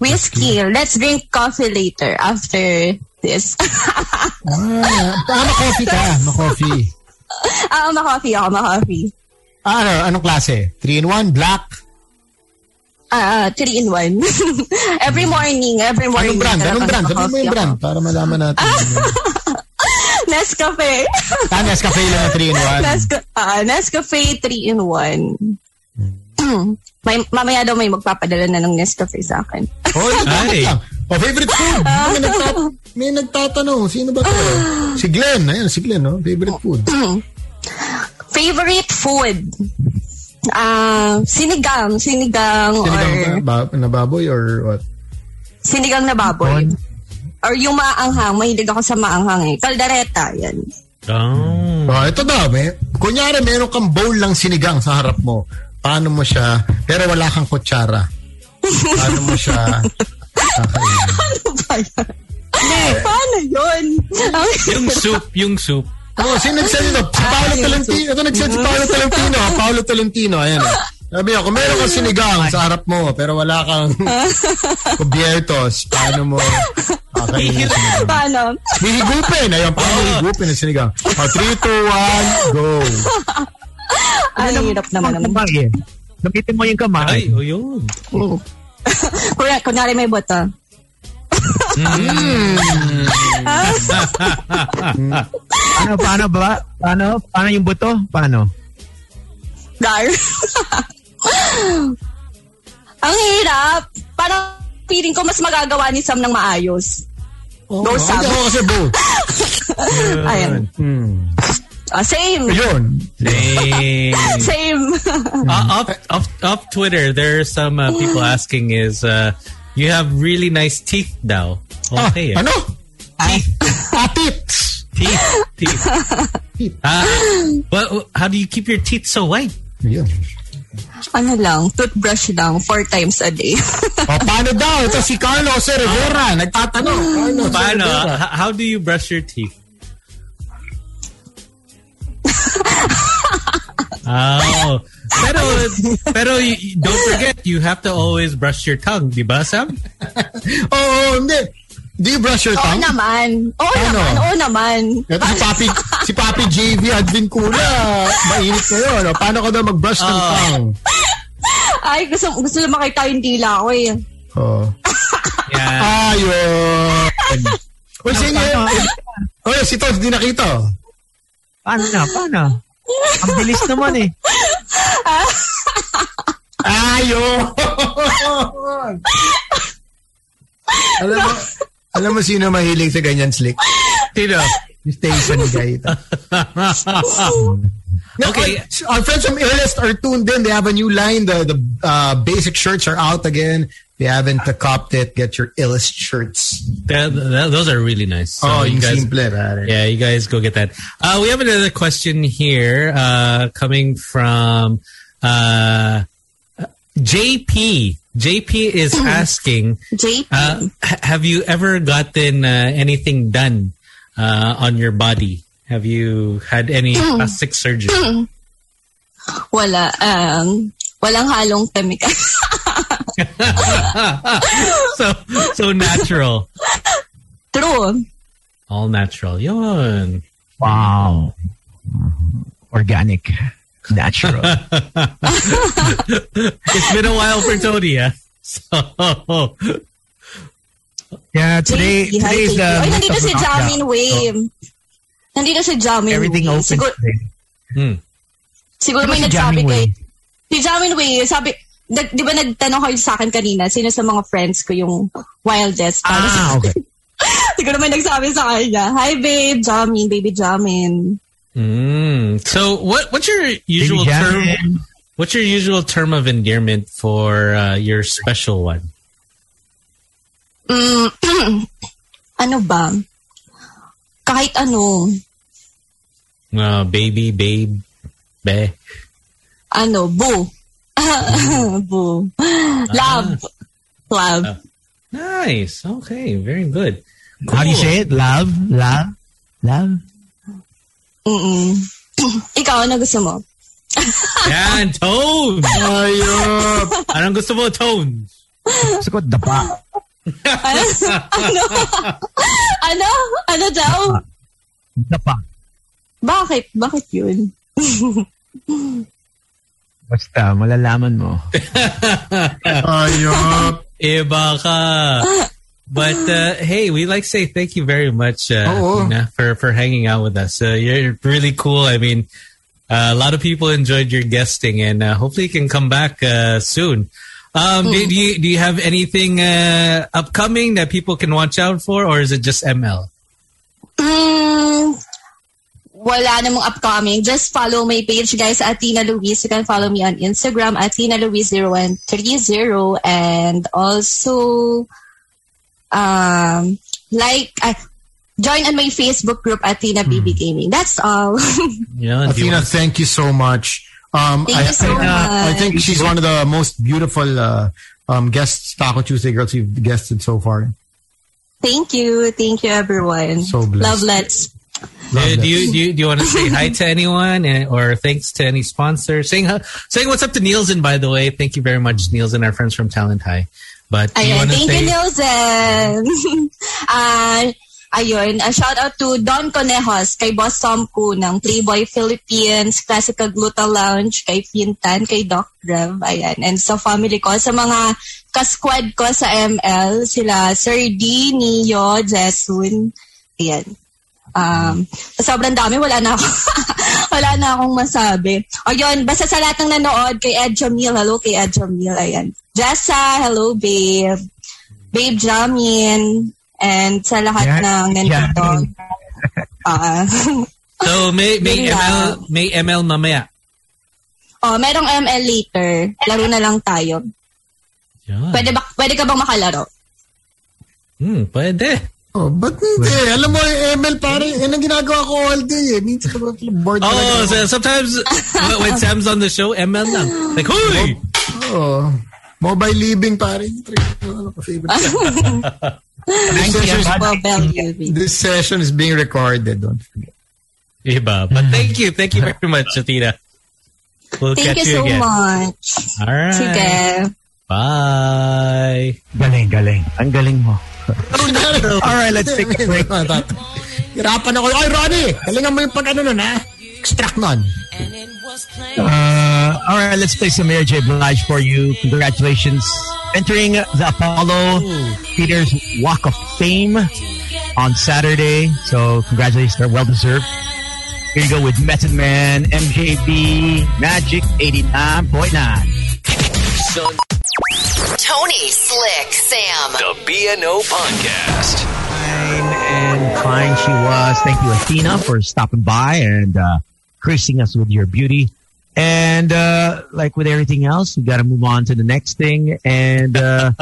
Speaker 6: Whiskey. Let's drink coffee later after this.
Speaker 5: Ah, ah ma-coffee ka. Ma-coffee.
Speaker 6: Ah, ma-coffee ako, ma-coffee.
Speaker 5: Ah, ano, anong klase? 3 in 1, black.
Speaker 6: Ah, ah, three in one. every morning, every morning.
Speaker 5: Hmm. Anong brand?
Speaker 6: talaga
Speaker 5: Anong brand? Sabi mo
Speaker 6: naka-coffee
Speaker 5: yung brand
Speaker 6: ako.
Speaker 5: para malaman natin.
Speaker 6: Nescafe.
Speaker 5: Tanyas Cafe lang na 3 in
Speaker 6: Nesca- ah, Nescafe, three in one. may, mamaya daw may magpapadala na ng Nescafe sa akin.
Speaker 5: 1. Hoy,
Speaker 3: Ay.
Speaker 5: bakit lang? Oh, favorite food. May, nagtat may nagtatanong. Sino ba to? Si Glenn. Ayun, si Glenn, no? Favorite food.
Speaker 6: Favorite food? Ah, sinigang, sinigang,
Speaker 5: Sinigang
Speaker 6: or...
Speaker 5: ka? Ba- nababoy or what?
Speaker 6: Sinigang na baboy. Or yung maanghang. Mahilig ako sa maanghang eh. Kaldereta, yan.
Speaker 3: Oh.
Speaker 5: Oh, ito daw, may, kunyari meron kang bowl lang sinigang sa harap mo. Paano mo siya, pero wala kang kutsara. Paano mo siya, kakainin?
Speaker 6: Ano ba yan? Paano yun?
Speaker 3: Yung soup, yung soup.
Speaker 5: Oo, Oh, sino nagsend ito? Si Paolo Tolentino. Ito nagsend si Paolo Tolentino. ah, Paolo Tolentino, ayan. ah. Sabi niya, kung meron kang sinigang sa harap mo, pero wala kang kubiertos, paano mo Okay.
Speaker 6: Paano?
Speaker 5: Hihigupin. Ayun, parang hihigupin ang sinigaw. Oh, 3, 2, 1, go.
Speaker 6: Ay, hirap naman naman.
Speaker 2: Kamay eh. Gamitin mo yung kamay.
Speaker 3: Ay, oh, yun.
Speaker 6: Correct. Kunwari may buto. Ah,
Speaker 2: Ano, paano ba? Paano? Paano yung buto? Paano?
Speaker 6: Dar. Ang hirap. Parang feeling ko mas magagawa ni Sam ng maayos. Go Sam.
Speaker 5: Hindi ako kasi boo.
Speaker 6: Ayan. Ah, same.
Speaker 5: Ayun.
Speaker 3: Dang.
Speaker 6: Same.
Speaker 3: Uh, up, up, up Twitter, there are some uh, people asking is, uh, you have really nice teeth now.
Speaker 5: Ah,
Speaker 3: Okay.
Speaker 5: ano?
Speaker 3: Teeth,
Speaker 5: Atits.
Speaker 3: teeth, teeth. Ah, well, how do you keep your teeth so white?
Speaker 5: Ayun.
Speaker 6: ano lang, toothbrush lang, four times a day.
Speaker 5: O, paano daw? Ito si Carlo Jose Rivera. Nagtatanong. Carlo Jose
Speaker 3: Paano?
Speaker 5: Rivera.
Speaker 3: H- How do you brush your teeth? oh. Pero, pero y- y- don't forget, you have to always brush your tongue, di ba, Sam?
Speaker 5: Oo, oh, hindi. Do you brush your
Speaker 6: Oo
Speaker 5: tongue?
Speaker 6: naman. Oo
Speaker 5: Ano?
Speaker 6: naman. Oo naman.
Speaker 5: Ito si Papi, si Papi JV Advin Kula. Mainit ngayon. O, paano ka daw mag-brush ng
Speaker 3: Ah.
Speaker 5: tongue?
Speaker 6: Ay, gusto, gusto lang makita yung dila ko eh.
Speaker 5: Oh.
Speaker 3: Yeah.
Speaker 5: Ayun. Well, sige.
Speaker 2: Paano?
Speaker 5: Oh, si Todd, di nakita.
Speaker 2: Paano na? Paano? Ang bilis naman eh.
Speaker 5: Ayun! alam mo, alam mo sino mahilig sa ganyan slick?
Speaker 3: Tino.
Speaker 5: Yung station guy ito.
Speaker 3: Okay.
Speaker 5: Our friends from Illest are tuned in. They have a new line. The the uh, basic shirts are out again. If you haven't copped it, get your Illest shirts.
Speaker 3: Th- th- those are really nice. So
Speaker 5: oh,
Speaker 3: you
Speaker 5: yung
Speaker 3: guys,
Speaker 5: simple. Pare.
Speaker 3: yeah, you guys go get that. Uh, we have another question here uh, coming from uh, JP. JP is asking,
Speaker 6: JP.
Speaker 3: Uh, ha- have you ever gotten uh, anything done uh, on your body? Have you had any plastic surgery?
Speaker 6: wala. Um, walang halong chemical.
Speaker 3: so so natural,
Speaker 6: True.
Speaker 3: all natural. Yun.
Speaker 2: Wow. Organic. Natural.
Speaker 3: It's been a while for Tony. ah. So
Speaker 2: Yeah, Ya, today,
Speaker 6: JP, hi,
Speaker 2: today is uh,
Speaker 6: JP.
Speaker 2: the
Speaker 6: Ay,
Speaker 2: month
Speaker 6: nandito
Speaker 2: of
Speaker 6: si
Speaker 2: lockdown.
Speaker 6: Jamin Wave. Nandito si Jamin
Speaker 2: Everything
Speaker 6: Wave.
Speaker 2: open
Speaker 6: Siguro,
Speaker 2: today.
Speaker 3: hmm.
Speaker 6: siguro
Speaker 2: Sino
Speaker 6: may
Speaker 2: si
Speaker 6: nagsabi
Speaker 2: Jamin
Speaker 6: kay...
Speaker 2: Wave?
Speaker 6: Si Jamin Wave, sabi... Nag, di ba nagtanong kayo sa akin kanina, sino sa mga friends ko yung wildest?
Speaker 2: Ah, okay.
Speaker 6: siguro may nagsabi sa kanya, Hi babe, Jamin, baby Jamin.
Speaker 3: Mm. so what what's your usual
Speaker 2: Baby
Speaker 3: term?
Speaker 2: Jamin.
Speaker 3: What's your usual term of endearment for uh, your special one?
Speaker 6: Mm, ano ba? Kahit ano,
Speaker 3: Uh, baby, babe, be.
Speaker 6: ano, boo. boo. Love. Love.
Speaker 3: Nice. Okay. Very good.
Speaker 2: How do you say it? Love? Love? Love?
Speaker 6: Mm-mm. Ikaw, ano gusto mo?
Speaker 3: Yan, tone.
Speaker 5: Ayun!
Speaker 3: Anong gusto mo, tone?
Speaker 2: Gusto ko dapa.
Speaker 6: Ano? ano? ano? Ano daw?
Speaker 2: Dapa.
Speaker 6: Bakit? Bakit yun?
Speaker 2: Basta, malalaman mo.
Speaker 5: Ayun!
Speaker 3: Iba ka. Eh, But uh, hey, we like to say thank you very much uh,
Speaker 5: Oo.
Speaker 3: Tina, for for hanging out with us. Uh, you're really cool. I mean, uh, a lot of people enjoyed your guesting, and uh, hopefully you can come back uh, soon. Um, do, do you do you have anything uh, upcoming that people can watch out for, or is it just ML?
Speaker 6: Mm, wala namang upcoming. Just follow my page, guys, at Tina Luis. You can follow me on Instagram at Tina Luis0130 and also um, like, uh, join on my Facebook group at Tina
Speaker 5: Hmm.
Speaker 6: BB Gaming. That's all.
Speaker 3: Yeah, do you
Speaker 5: Athena,
Speaker 3: want-
Speaker 5: thank you so much. Um,
Speaker 6: Thank
Speaker 5: I,
Speaker 6: you so
Speaker 5: I- I
Speaker 6: much.
Speaker 5: think she's one of the most beautiful uh, um, guests, Taco Tuesday girls you've guested so far.
Speaker 6: Thank you. Thank you, everyone.
Speaker 5: So blessed.
Speaker 6: Love, let's.
Speaker 5: Love
Speaker 3: Uh,
Speaker 5: that.
Speaker 3: do you do you, do you want to say hi to anyone and, or thanks to any sponsor? Saying hu- saying what's up to Nielsen by the way. Thank you very much, Nielsen, our friends from Talent High. But do you
Speaker 6: Ayun,
Speaker 3: want to
Speaker 6: thank you,
Speaker 3: say
Speaker 6: Nielsen. Ah, ayun, a shout out to Don Conejos, kay Boss Tom Ku ng Playboy Philippines, Classical Glutal Lounge, kay Fintan, kay Doc Rev, ayan, and sa family ko, sa mga kasquad ko sa ML, sila Sir D, Nio, Jesun, ayan. Um, sobrang dami, wala na ako. wala na akong masabi. O yun, basta sa lahat ng nanood, kay Ed Jamil, hello kay Ed Jamil, ayan. Jessa, hello babe. Babe Jamin, and sa lahat
Speaker 2: Yeah,
Speaker 6: ng nandito. Ah.
Speaker 3: so may may
Speaker 6: Yun
Speaker 3: ML
Speaker 6: lang.
Speaker 3: may ML mamaya.
Speaker 6: oh, merong ML later. Laro na lang tayo.
Speaker 3: Yan.
Speaker 6: Pwede, ba, pwede ka bang makalaro?
Speaker 3: Hmm, pwede.
Speaker 5: Oh, ba't hindi? Alam mo, eh, ML pare, yan ang ginagawa ko all day eh. Minsan ko bored talaga
Speaker 3: Oh,
Speaker 5: ako.
Speaker 3: so sometimes when- when Sam's on the show, ML lang. Like, huy!
Speaker 5: Oo. Oh. Mobile living pare. Ano ko, favorite. this, session, is-
Speaker 6: Bobel, Yuri.
Speaker 5: this session is being recorded. Don't forget.
Speaker 3: Iba. But thank you. Thank you very much, Athena. We'll
Speaker 6: Thank
Speaker 3: catch
Speaker 6: you so
Speaker 3: again.
Speaker 6: much.
Speaker 3: All right.
Speaker 6: Sige.
Speaker 3: Bye.
Speaker 2: Galing, galing. Ang galing mo.
Speaker 5: All
Speaker 2: right, let's take a break.
Speaker 5: Hirapan ako. Ay, Ronnie! Kalingan mo yung pag-ano nun, ha? Extract nun.
Speaker 2: Uh, all right, let's play some Mary J. Blige for you. Congratulations. Entering the Apollo Peters Walk of Fame on Saturday. So, congratulations. They're well deserved. Here you go with Method Man, MJB, Magic 89.9.
Speaker 8: Tony, Slick, Sam.
Speaker 1: The BNO Podcast.
Speaker 2: And fine she was. Thank you, Athena, for stopping by and uh, gracing us with your beauty. And uh, like with everything else, we got to move on to the next thing. And uh,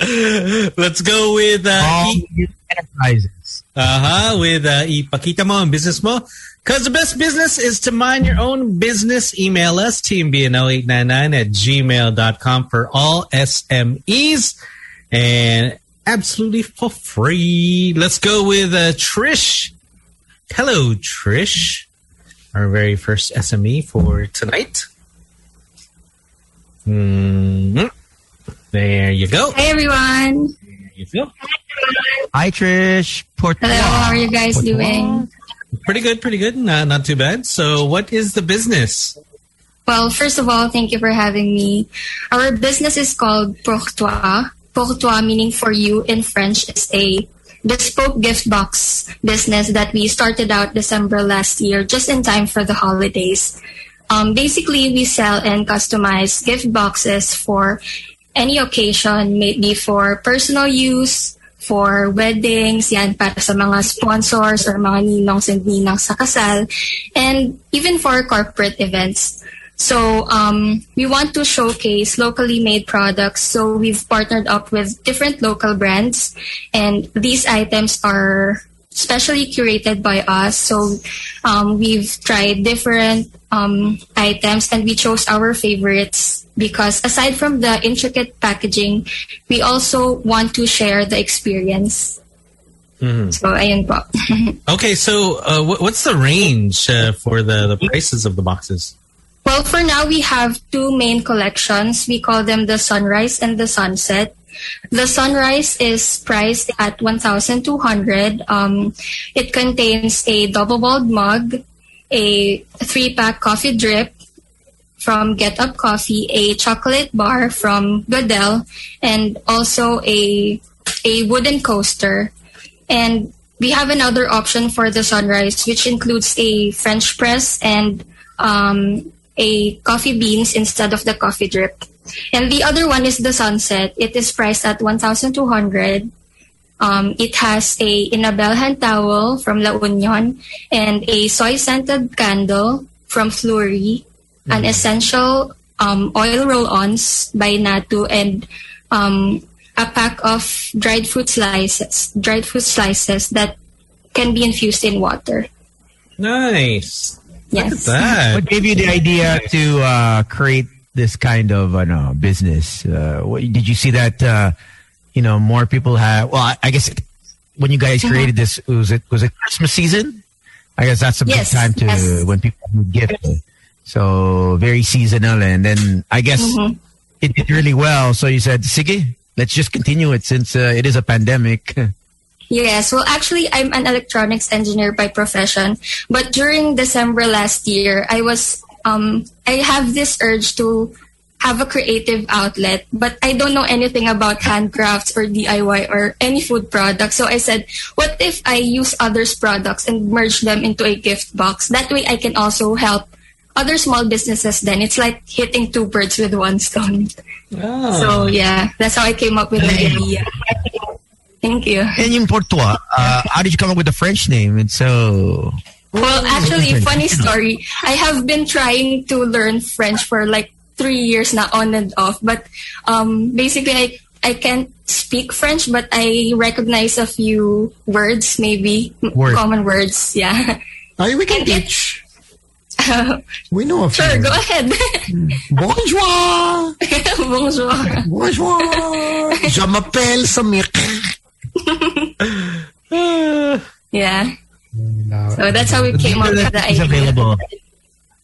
Speaker 3: Let's go with uh,
Speaker 2: all
Speaker 3: E-
Speaker 2: new enterprises.
Speaker 3: uh-huh, with uh, ipakita mo ang business mo. Because the best business is to mind your own business. Email us, teambno899 at gmail.com for all SMEs. And absolutely for free. Let's go with uh, Trish. Hello, Trish. Our very first SME for tonight. hmm There you go.
Speaker 9: Hey everyone.
Speaker 3: There you go.
Speaker 2: Hi, Trish. Port-
Speaker 9: Hello, how are you guys doing?
Speaker 3: Pretty good, pretty good. Not, not too bad. So, what is the business?
Speaker 9: Well, first of all, thank you for having me. Our business is called Pourtois. Pourtois meaning for you in French is a bespoke gift box business that we started out December last year just in time for the holidays. Um, basically, we sell and customize gift boxes for any occasion, maybe for personal use, for weddings, yan, para sa mga sponsors or mga ninongs and ninang sa kasal, and even for corporate events. So um, we want to showcase locally made products. So we've partnered up with different local brands, and these items are specially curated by us. So um, we've tried different um, items, and we chose our favorites because aside from the intricate packaging, we also want to share the experience. So ayun po.
Speaker 3: Okay, so uh, what, what's the range uh, for the, the prices of the boxes?
Speaker 9: Well, for now, we have two main collections. We call them the sunrise and the sunset. The sunrise is priced at 1,200. Um, it contains a double-walled mug, a three-pack coffee drip from Get Up Coffee, a chocolate bar from Goodell, and also a a wooden coaster. And we have another option for the sunrise, which includes a French press and um, a coffee beans instead of the coffee drip. And the other one is the sunset. It is priced at 1,200. Um, it has a Inabel hand towel from La Union and a soy scented candle from Fleury, an essential um, oil roll-ons by Natu, and um, a pack of dried fruit slices, dried fruit slices that can be infused in water.
Speaker 3: Nice.
Speaker 9: Yes.
Speaker 3: That.
Speaker 2: What gave you the idea to uh, create this kind of uh, no, business? Uh, what, did you see that uh, you know more people have? Well, I, I guess it, when you guys
Speaker 9: Mm-hmm.
Speaker 2: created this, was it was it Christmas season? I guess that's a big
Speaker 9: Yes,
Speaker 2: time to
Speaker 9: yes.
Speaker 2: when people give. So very seasonal, and then I guess
Speaker 9: Mhm.
Speaker 2: it did really well. So you said, "Sige, let's just continue it since uh, it is a pandemic."
Speaker 9: Yes, well, actually, I'm an electronics engineer by profession. But during December last year, I was, um, I have this urge to have a creative outlet, but I don't know anything about handcrafts or DIY or any food products. So I said, what if I use others' products and merge them into a gift box? That way I can also help other small businesses then. It's like hitting two birds with one stone. So yeah, that's how I came up with the idea. Thank you.
Speaker 2: and in Portois, uh, how did you come up with the French name? It's so
Speaker 9: Well, actually, funny story. I have been trying to learn French for like three years now, on and off. But um, basically, I, I can't speak French, but I recognize a few words, maybe m-
Speaker 2: Word.
Speaker 9: common words. Yeah.
Speaker 5: Ay, we can
Speaker 9: And it-
Speaker 5: teach. We know a few.
Speaker 9: sure, go ahead.
Speaker 5: Bonjour!
Speaker 9: Bonjour.
Speaker 5: Bonjour! Je m'appelle Samik.
Speaker 9: Yeah. So that's how we came up with the
Speaker 2: is
Speaker 9: idea.
Speaker 2: available.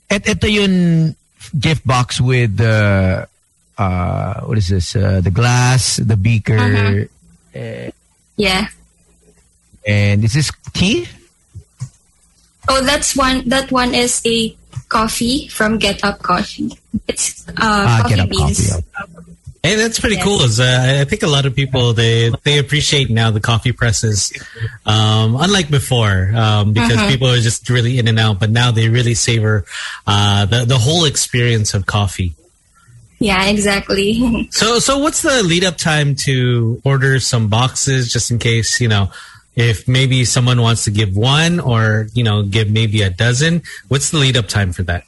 Speaker 2: At ito yun gift box with the uh, what is this? Uh, the glass, the beaker,
Speaker 9: Uh-huh. Yeah.
Speaker 2: and is this tea?
Speaker 9: Oh, that's one. That one is a coffee from Get Up Coffee. It's uh,
Speaker 2: Ah,
Speaker 9: coffee beans.
Speaker 3: Hey, that's pretty
Speaker 9: Yes.
Speaker 3: cool. Is, uh, I think a lot of people they they appreciate now the coffee presses, um, unlike before, um, because people are just really in and out. But now they really savor uh, the the whole experience of coffee.
Speaker 9: Yeah, exactly.
Speaker 3: So, so what's the lead up time to order some boxes, just in case you know, if maybe someone wants to give one or you know give maybe a dozen. What's the lead up time for that?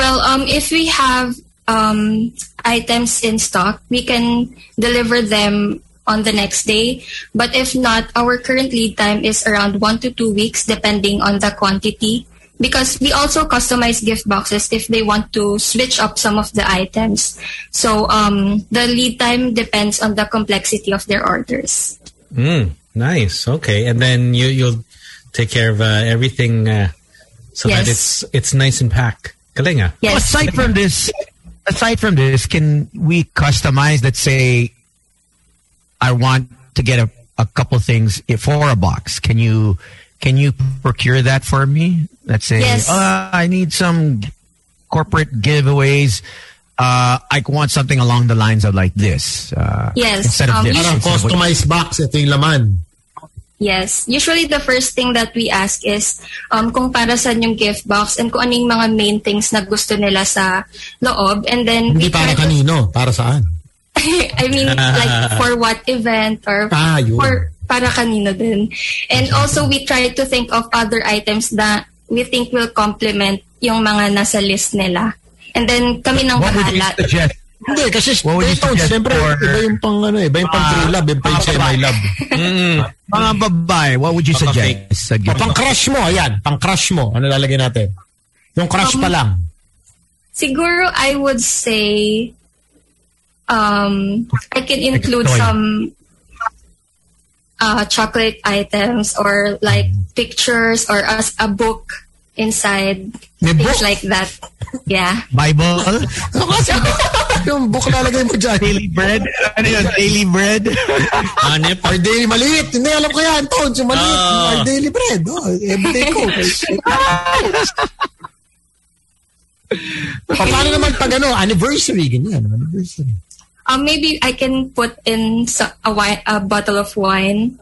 Speaker 9: well, um, if we have um, items in stock, we can deliver them on the next day. But if not, our current lead time is around one to two weeks, depending on the quantity. Because we also customize gift boxes if they want to switch up some of the items. So um, the lead time depends on the complexity of their orders.
Speaker 3: Mm, nice. Okay, and then you you'll take care of uh, everything uh, so that
Speaker 9: Yes.
Speaker 3: it's it's nice and packed. Kalinga.
Speaker 2: Well,
Speaker 9: Yes.
Speaker 2: aside from this, aside from this, can we customize? Let's say, I want to get a, a couple things for a box. Can you can you procure that for me? Let's say,
Speaker 9: Yes.
Speaker 2: uh, I need some corporate giveaways. Uh, I want something along the lines of like this. Uh,
Speaker 9: Yes,
Speaker 2: Instead of
Speaker 9: um,
Speaker 2: this.
Speaker 9: you
Speaker 5: Parang
Speaker 2: instead of what-
Speaker 5: customized box. Ito yung laman.
Speaker 9: Yes. Usually, the first thing that we ask is um, kung para saan yung gift box and kung ano yung mga main things na gusto nila sa loob. And then,
Speaker 5: Hindi
Speaker 9: we try
Speaker 5: para
Speaker 9: to-
Speaker 5: kanino. Para saan?
Speaker 9: I mean, like, for what event or
Speaker 5: Ah, yun.
Speaker 9: for para kanino din. And also, we try to think of other items that we think will complement yung mga nasa list nila. And then, kami ng
Speaker 2: what would you
Speaker 9: bahala.
Speaker 2: suggest?
Speaker 5: Hindi, kasi
Speaker 2: What would you
Speaker 5: Stone Town,
Speaker 2: suggest
Speaker 5: siyempre,
Speaker 2: for-
Speaker 5: iba yung pang ano, iba yung pang true love, iba yung pang semi-love.
Speaker 2: Mga Ah, babae, what would you
Speaker 3: Baka
Speaker 2: suggest? Sa gift?
Speaker 5: O, pang crush mo, ayan, pang crush mo, ano lalagay natin? Yung crush pa lang.
Speaker 9: Siguro I would say um I can include
Speaker 2: toy.
Speaker 9: some uh chocolate items or like
Speaker 5: Mm-hmm.
Speaker 9: pictures or as a book inside
Speaker 5: May
Speaker 9: things
Speaker 5: book?
Speaker 9: like that. Yeah.
Speaker 2: Bible?
Speaker 5: yung book lalagay mo dyan.
Speaker 2: Daily bread? Ano yun? Daily bread?
Speaker 3: Anip.
Speaker 5: Our daily maliit. Hindi, alam ko yan, Tones. Yung maliit.
Speaker 3: Ah.
Speaker 5: Our daily bread. Oh, everyday ko. Pa- Paano naman pag ano, anniversary, ganyan. Anniversary.
Speaker 9: Um maybe I can put in so- a wine, a bottle of wine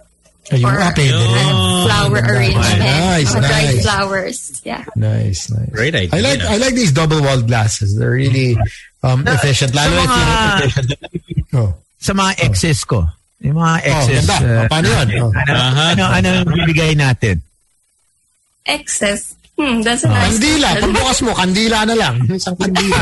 Speaker 5: Ayun,
Speaker 9: Or-
Speaker 5: ah, pwede rin.
Speaker 9: flower arrangement
Speaker 5: Nice,
Speaker 9: or dried
Speaker 5: nice.
Speaker 9: flowers. Yeah.
Speaker 5: Nice, nice.
Speaker 3: Great
Speaker 5: I
Speaker 3: idea.
Speaker 5: like I like these double walled glasses. They're really um, efficient. Lalo na
Speaker 2: Ah, Sa mga-
Speaker 5: yung efficient. Oh.
Speaker 2: sa mga exes ko. Yung mga
Speaker 5: Oh,
Speaker 2: exes.
Speaker 5: ganda.
Speaker 2: uh,
Speaker 5: Oh, paano yun? Oh.
Speaker 2: ano,
Speaker 3: Aha.
Speaker 2: ano, ano ang bibigay natin?
Speaker 9: Excess. Hmm, that's a
Speaker 5: Ah,
Speaker 9: nice
Speaker 5: Kandila.
Speaker 9: question.
Speaker 5: Pagbukas mo, kandila na lang. Isang kandila.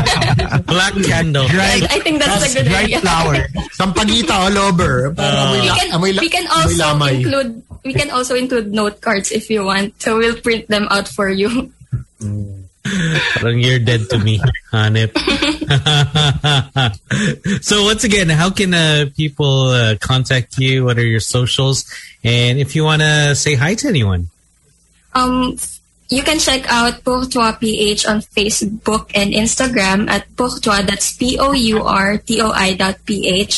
Speaker 3: Black candle.
Speaker 2: Dry,
Speaker 9: I think that's a good
Speaker 2: dry
Speaker 9: idea.
Speaker 2: flower.
Speaker 5: Isang pagita all over.
Speaker 2: Uh,
Speaker 5: Parang amoy,
Speaker 9: we
Speaker 5: la-
Speaker 9: can,
Speaker 5: amoy, la-
Speaker 9: we can
Speaker 5: amoy
Speaker 9: also
Speaker 5: lamay.
Speaker 9: include we can also include note cards if you want. So we'll print them out for you.
Speaker 3: Parang you're dead to me, Hanip. so once again, how can uh, people uh, contact you? What are your socials? And if you want to say hi to anyone.
Speaker 9: Um you can check out Pourtois PH on Facebook and Instagram at Pourtois, that's P-O-U-R-T-O-I dot PH.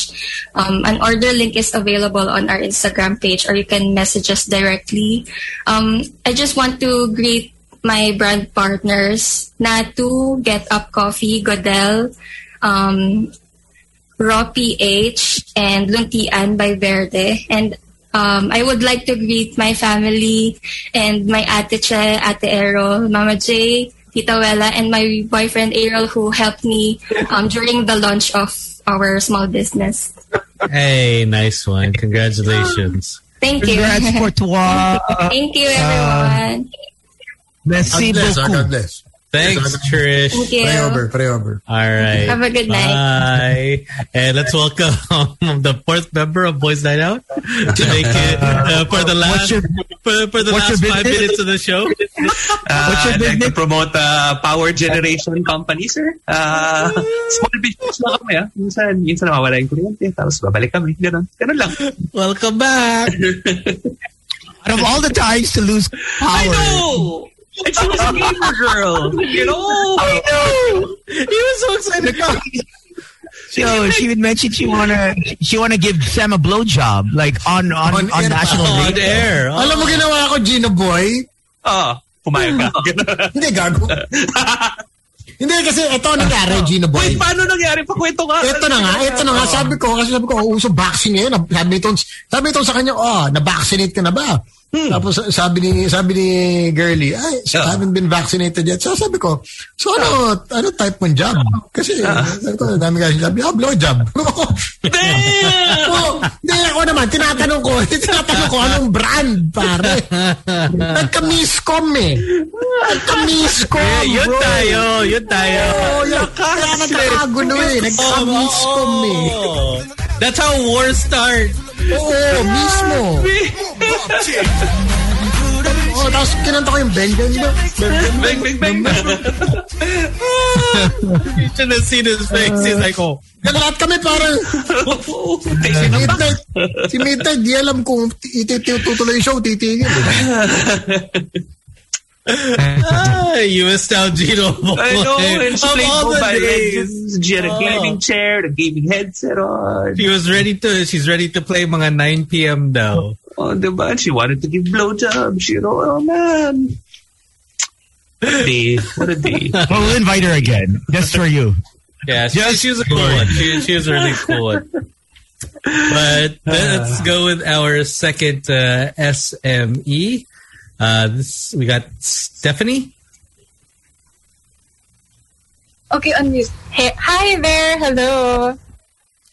Speaker 9: Um, an order link is available on our Instagram page or you can message us directly. Um, I just want to greet my brand partners, Natu, Get Up Coffee, Godel, um, Raw PH, and Luntian by Verde. And um, I would like to greet my family and my ate Che, ate Errol, Mama J, Tita Wella, and my boyfriend Errol who helped me um, during the launch of our small business.
Speaker 3: Hey, nice one. Congratulations.
Speaker 9: Thank you.
Speaker 2: Congrats, Courtois.
Speaker 9: Thank you, everyone.
Speaker 2: Merci
Speaker 5: God bless, ah, God
Speaker 2: beaucoup.
Speaker 5: bless.
Speaker 3: Thanks, Trish.
Speaker 9: Thank
Speaker 5: Pray over,
Speaker 9: you.
Speaker 5: pray over.
Speaker 3: All right.
Speaker 9: Have a good night.
Speaker 3: Bye. And let's welcome the fourth member of Boys Night Out to make it uh, for the last
Speaker 2: What's your,
Speaker 3: for, for the
Speaker 2: what's your
Speaker 3: last five
Speaker 2: business?
Speaker 3: minutes of the show.
Speaker 2: what's your
Speaker 4: I'd like to
Speaker 2: business?
Speaker 4: Uh, promote uh, power generation company, sir. Uh,
Speaker 2: Ah.
Speaker 4: small business lang kami, ah. Minsan, minsan nawawala yung kliyente, tapos babalik kami. Ganun. Ganun lang.
Speaker 3: Welcome back.
Speaker 2: Out of all the times to lose
Speaker 4: I
Speaker 2: power,
Speaker 4: know! And she was a gamer girl. You know? I know!
Speaker 3: He was so excited.
Speaker 2: so she would mention she wanna she wanna give Sam a blowjob like on on on,
Speaker 5: On air.
Speaker 2: national
Speaker 3: On
Speaker 2: radio.
Speaker 3: air. Oh.
Speaker 5: Alam mo ginawa ko, Gino Boy?
Speaker 4: Ah, pumayag ka.
Speaker 5: Hindi, gago. Hindi, kasi ito ang nangyari, Gino Boy.
Speaker 4: Wait, paano nangyari? Pakwento Ah. ka.
Speaker 5: Ito na nga, ito na nga. Sabi ko, kasi sabi ko, oh, uso vaccine ngayon. Sabi nito, sabi nito sa kanya, oh, na-vaccinate ka na ba?
Speaker 4: Hmm.
Speaker 5: Tapos eh, sabi ni sabi ni Girly, ay, so I
Speaker 4: Ah.
Speaker 5: haven't been vaccinated yet. So sabi ko, so ano, ano type mong job? Kasi
Speaker 4: Ah.
Speaker 5: sabi ko, dami kasi sabi, ah, blow job.
Speaker 4: Damn!
Speaker 5: Oo, Hindi, ako naman, tinatanong ko, tinatanong ko, anong brand, pare? Nagka-miscom eh. Nagka-miscom,
Speaker 3: Eh, yun
Speaker 5: bro.
Speaker 3: tayo. Yun tayo.
Speaker 5: Oo, yun. Kaya nagkakagulo eh. Nagka-miscom eh.
Speaker 3: Oh. That's how wars start.
Speaker 5: Oo, mismo. Oo, tapos kinanta ko yung Benjen ba?
Speaker 4: Bang, bang, bang.
Speaker 3: You should have seen his face. He's like, oh.
Speaker 5: Kaya lahat kami parang
Speaker 4: Thank you.
Speaker 5: midnight. Si midnight, di alam kung ititutuloy yung show, titigil. eh.
Speaker 3: Ah, you missed out, Gino. Boy.
Speaker 4: I know, and oh, she
Speaker 3: Of
Speaker 4: played
Speaker 3: all the
Speaker 4: Mobile
Speaker 3: days.
Speaker 4: Legends. She had a
Speaker 3: Oh.
Speaker 4: gaming chair, a gaming oh. headset on.
Speaker 3: She was ready to. She's ready to play mga 9 p.m. now.
Speaker 4: Oh, diba? She wanted to give blowjobs, you know? Oh, man. What a day. What a day.
Speaker 2: Well, we'll invite her again just for you.
Speaker 3: Yeah, she, she was a cool one. She, she was a really cool one. But let's go with our second uh, SME. Uh, this we got Stephanie.
Speaker 10: Okay, unmute. Hey, hi there. Hello.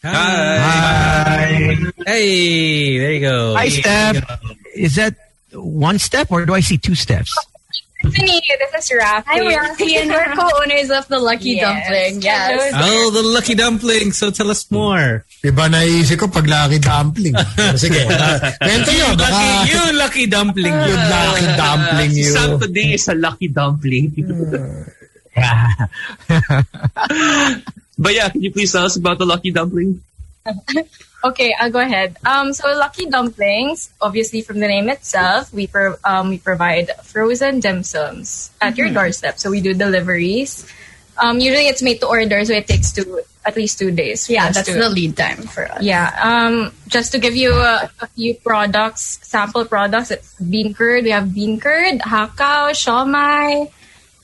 Speaker 2: Hi,
Speaker 3: Hey, there you go.
Speaker 2: hi, Steph. Is that one step or do I see two steps?
Speaker 10: Tiffany, this is Rafi. Hi, Rafi, and we're co-owners of the Lucky Dumpling. Yes.
Speaker 3: Oh, the lucky dumpling. So tell us more.
Speaker 5: Diba naisip ko pag Lucky Dumpling. Sige. Kwento nyo, baka
Speaker 3: Lucky you, lucky dumpling.
Speaker 5: good Lucky Dumpling you.
Speaker 4: Saturday is a lucky dumpling. but yeah, can you please tell us about the lucky dumpling?
Speaker 10: Okay, I'll go ahead. Um, so Lucky Dumplings, obviously from the name itself, we pro- um, we provide frozen dim sums at your doorstep. So we do deliveries. Um, usually it's made to order, so it takes two at least two days. Yeah, that's the lead time for us. to- Yeah. Um, just to give you a, a few products, sample products, it's bean curd. We have bean curd, hakao, shawmai.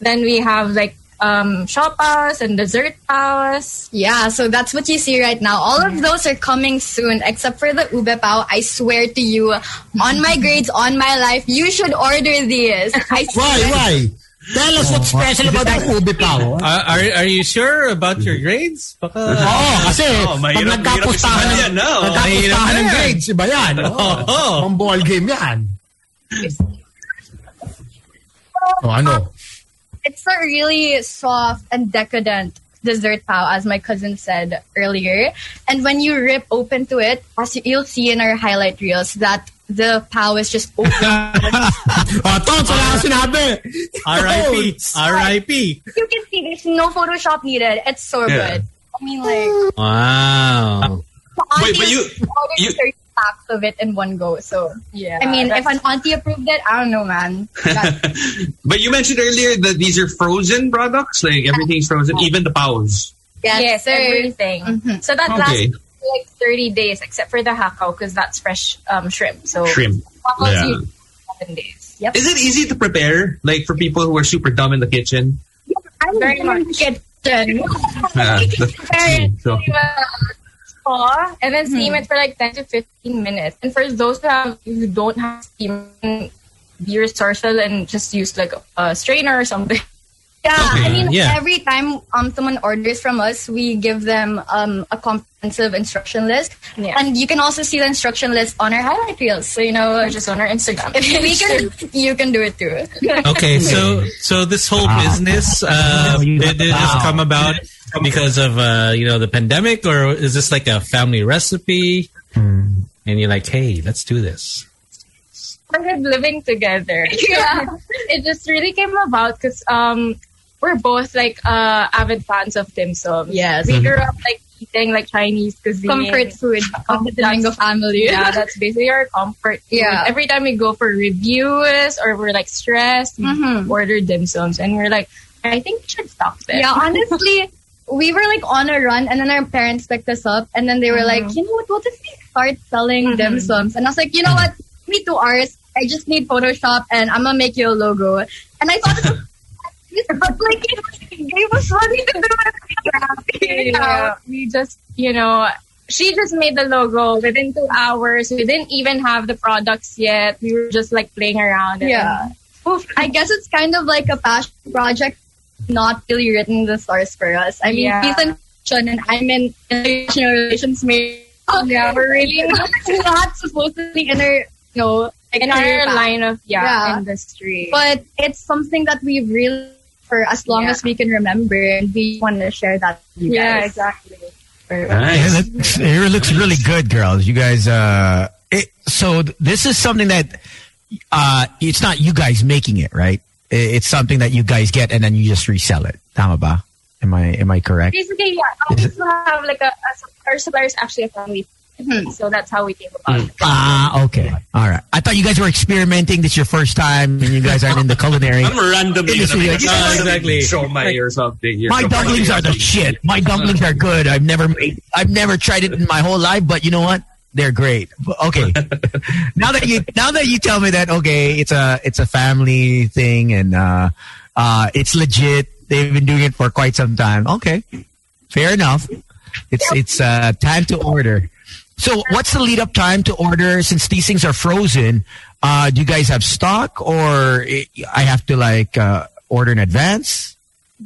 Speaker 10: Then we have like um, shaw paos and dessert paos.
Speaker 11: Yeah, so that's what you see right now. All of those are coming soon, except for the ube pao. I swear to you, on my grades, on my life, you should order these. I
Speaker 5: Why, why? Tell us what's
Speaker 2: Oh,
Speaker 5: special about ang ube pao.
Speaker 3: Are, Uh, are, are you sure about your grades? Uh, Baka-
Speaker 5: Oo, kasi
Speaker 4: Oh,
Speaker 5: pag
Speaker 4: mahirap-
Speaker 5: nagtapos
Speaker 4: mahirap
Speaker 5: tahan
Speaker 4: isipan
Speaker 5: ng,
Speaker 4: yan, no?
Speaker 5: nagtapos
Speaker 3: Mahirap
Speaker 5: tahan ng
Speaker 3: yan.
Speaker 5: grades, iba yan. Oo.
Speaker 3: Oh.
Speaker 5: Pang ball game yan. O ano?
Speaker 11: It's a really soft and decadent dessert pao, as my cousin said earlier. And when you rip open to it, as you- you'll see in our highlight reels, that the pao is just open.
Speaker 4: Uh,
Speaker 5: O, Tons, wala kang sinabi.
Speaker 3: R.I.P. R.I.P.
Speaker 11: you can see there's no Photoshop needed. It's so
Speaker 4: Yeah.
Speaker 11: good. I mean, like,
Speaker 3: Wow.
Speaker 11: the
Speaker 4: Wait, but
Speaker 11: audience
Speaker 4: you-
Speaker 11: is ordering
Speaker 4: you-
Speaker 11: dessert
Speaker 9: packs of it in one go. So
Speaker 6: yeah,
Speaker 9: I mean, if an auntie approved it, I don't know, man.
Speaker 4: But you mentioned earlier that these are frozen products. Like everything's frozen, even the pows.
Speaker 6: Yes, everything.
Speaker 9: Mm-hmm.
Speaker 6: So that
Speaker 4: Okay.
Speaker 6: lasts for like 30 days, except for the hakao, because that's fresh um, shrimp. So
Speaker 4: Shrimp.
Speaker 6: hakao
Speaker 4: Yeah.
Speaker 6: usually seven days. Yep.
Speaker 4: Is it easy to prepare? Like for people who are super dumb in the kitchen.
Speaker 9: I'm very much kitchen.
Speaker 4: Uh,
Speaker 6: Prepare it
Speaker 4: so
Speaker 6: to a straw and then steam
Speaker 9: Mm-hmm.
Speaker 6: it for like 10 to 15 minutes. And for those who, have, who don't have steam, be resourceful and just use like a strainer or something.
Speaker 9: Yeah, I mean,
Speaker 6: yeah.
Speaker 9: every time um someone orders from us, we give them um a comprehensive instruction list, and you can also see the instruction list on our highlight reels. So you know, or
Speaker 6: just on our Instagram.
Speaker 9: If we can, you can do it too.
Speaker 3: Okay, Ah. so so this whole business uh, did it just come about because of uh, you know the pandemic, or is this like a family recipe?
Speaker 2: Hmm.
Speaker 3: And you're like, hey, let's do this.
Speaker 6: started living together. Yeah. it just really came about because um, we're both like uh, avid fans of dim sum.
Speaker 9: Yes.
Speaker 6: We
Speaker 9: Mhm.
Speaker 6: grew up like eating like Chinese cuisine.
Speaker 9: Comfort food of the Domingo family.
Speaker 6: Yeah, that's basically our comfort. Food.
Speaker 9: Yeah.
Speaker 6: Every time we go for reviews or we're like stressed, we order dim sums and we're like, I think we should stop this.
Speaker 9: Mm-hmm. Yeah, honestly, we were like on a run, and then our parents picked us up, and then they were like,
Speaker 6: Mm-hmm.
Speaker 9: you know what? What if we start selling dim sums? And I was like, you know what? Me two hours. I just need Photoshop, and I'm gonna make you a logo. And I thought. it was- But like it gave us money to do it.
Speaker 6: Yeah. We just, you know, she just made the logo within two hours. We didn't even have the products yet. We were just like playing around. and- uh,
Speaker 9: Yeah. I guess it's kind of like a passion project, not really written in the stars for us. I mean,
Speaker 6: Yeah.
Speaker 9: he's in fashion and I'm in international relations major.
Speaker 6: Yeah.
Speaker 9: Oh, We're really not, not supposed to be in our, you know, like
Speaker 6: In our
Speaker 9: career path.
Speaker 6: line of, yeah, industry.
Speaker 9: But it's something that we really, for as long
Speaker 6: Yeah.
Speaker 9: as we can remember, and we want to share that with you
Speaker 6: Yeah,
Speaker 9: guys.
Speaker 6: exactly.
Speaker 2: It looks, it looks really good, girls. You guys. Uh, it, so th- this is something that uh, it's not you guys making it, right? I- It's something that you guys get and then you just resell it. Tama ba? Am I am I correct?
Speaker 6: Basically, yeah. Um, we still have like a, a our supplier is actually a family. So that's how we came about.
Speaker 2: Ah, okay. All right. I thought you guys were experimenting. This is your first time, and you guys aren't in the culinary.
Speaker 4: I'm randomly
Speaker 2: industry. Like, you know what?
Speaker 4: uh, exactly. Show my or something. You're
Speaker 2: My
Speaker 4: so
Speaker 2: dumplings are the shit. My dumplings are good. I've never made, I've never tried it in my whole life, but you know what? They're great. But- Okay. now that you now that you tell me that, okay, it's a it's a family thing and uh uh it's legit. They've been doing it for quite some time. Okay. Fair enough. It's it's uh time to order. So what's the lead up time to order since these things are frozen? Uh do you guys have stock or i- I have to like uh order in advance?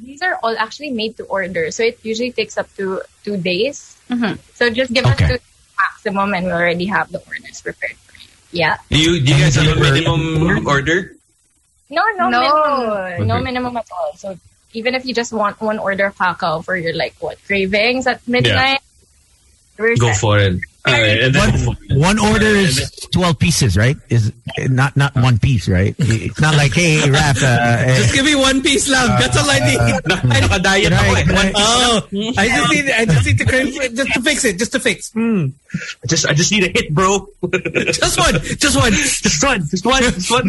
Speaker 6: These are all actually made to order. So it usually takes up to two days.
Speaker 9: Mm-hmm.
Speaker 6: So just give
Speaker 2: Okay.
Speaker 6: us two maximum and we already have the orders prepared for you. Yeah.
Speaker 4: Do you, do you guys have a minimum order?
Speaker 6: No, no,
Speaker 9: No.
Speaker 6: minimum. No
Speaker 4: Okay.
Speaker 6: minimum at all. So even if you just want one order of hakao for your like what cravings at midnight, we're
Speaker 4: Go
Speaker 6: set.
Speaker 4: for it. All right. And then,
Speaker 2: One order is twelve pieces, right? Is not not one piece, right? It's not like hey, Raph. Uh, eh,
Speaker 3: Just give me one piece, love. That's all I need.
Speaker 4: Nakadiet
Speaker 2: ako eh. One-
Speaker 3: Oh, I just need, I just need to crave, just to fix it, just to fix. Mm.
Speaker 4: just I just need a hit, bro.
Speaker 3: Just one, just one, just one, just
Speaker 4: one, just one.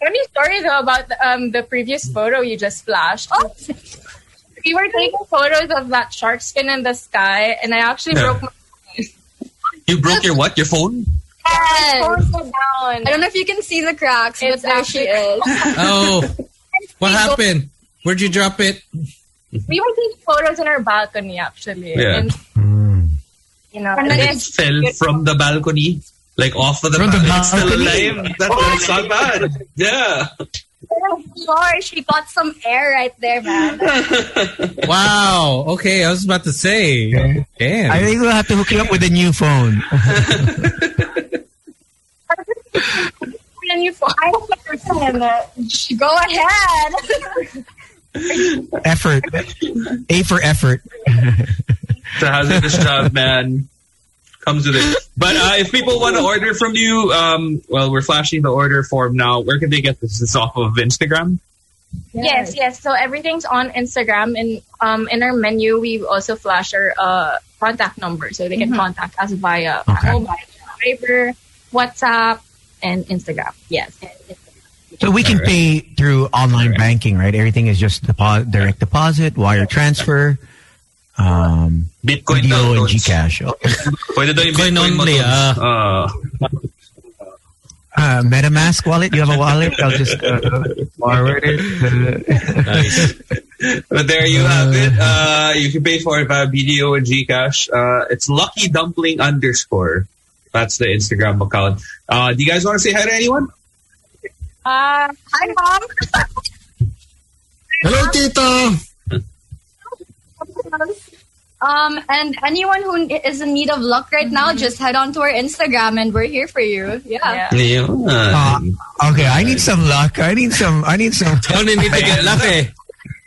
Speaker 6: Funny story though about um, the previous photo you just flashed.
Speaker 9: Oh.
Speaker 6: we were taking photos of that shark skin in the sky, and I actually
Speaker 4: Yeah.
Speaker 6: broke my
Speaker 4: you broke your what? Your phone?
Speaker 6: phone down.
Speaker 9: I don't know if you can see the cracks, but
Speaker 6: It's
Speaker 9: there she is.
Speaker 3: Oh, what happened? Where'd you drop it?
Speaker 6: We were taking photos in our balcony actually,
Speaker 4: Yeah.
Speaker 6: and you know,
Speaker 4: And it fell from the balcony, like off of the
Speaker 2: From the
Speaker 4: balcony. It's still
Speaker 2: balcony?
Speaker 4: alive. That was so bad. Yeah.
Speaker 9: Oh, Lord, she got some air right there, man.
Speaker 3: Wow. Okay, I was about to say. Damn.
Speaker 2: I think we'll have to hook you up with a new phone.
Speaker 6: and you fall.
Speaker 9: I understand that. Go ahead.
Speaker 2: effort, A for effort.
Speaker 4: It's a hazardous job, man. Comes with it. But uh, if people want to order from you, um, well, we're flashing the order form now. Where can they get this? It's off of Instagram.
Speaker 10: Yes, yes. So everything's on Instagram, and um, in our menu, we also flash our uh, contact number, so they
Speaker 11: Mm-hmm.
Speaker 10: can contact us via mobile, Viber, WhatsApp, and Instagram. Yes.
Speaker 2: So we can pay through online banking, right? Everything is just depo- direct deposit, wire transfer, um, Bitcoin and Gcash. Okay.
Speaker 4: Pwede daw yung Bitcoin, only, ah.
Speaker 2: Uh, MetaMask wallet. You have a wallet? I'll just uh, forward it.
Speaker 4: nice. But there you have it. Uh, you can pay for it via BDO and Gcash. Uh, it's Lucky Dumpling underscore. That's the Instagram account. Uh, do you guys want to say hi to anyone?
Speaker 10: Uh, hi, mom.
Speaker 5: Hello, Tito.
Speaker 11: Um, and anyone who is in need of luck right now, just head on to our Instagram and we're here for you. Yeah.
Speaker 2: Uh, okay, I need some luck. I need some. I need some.
Speaker 3: Tony need to get lucky.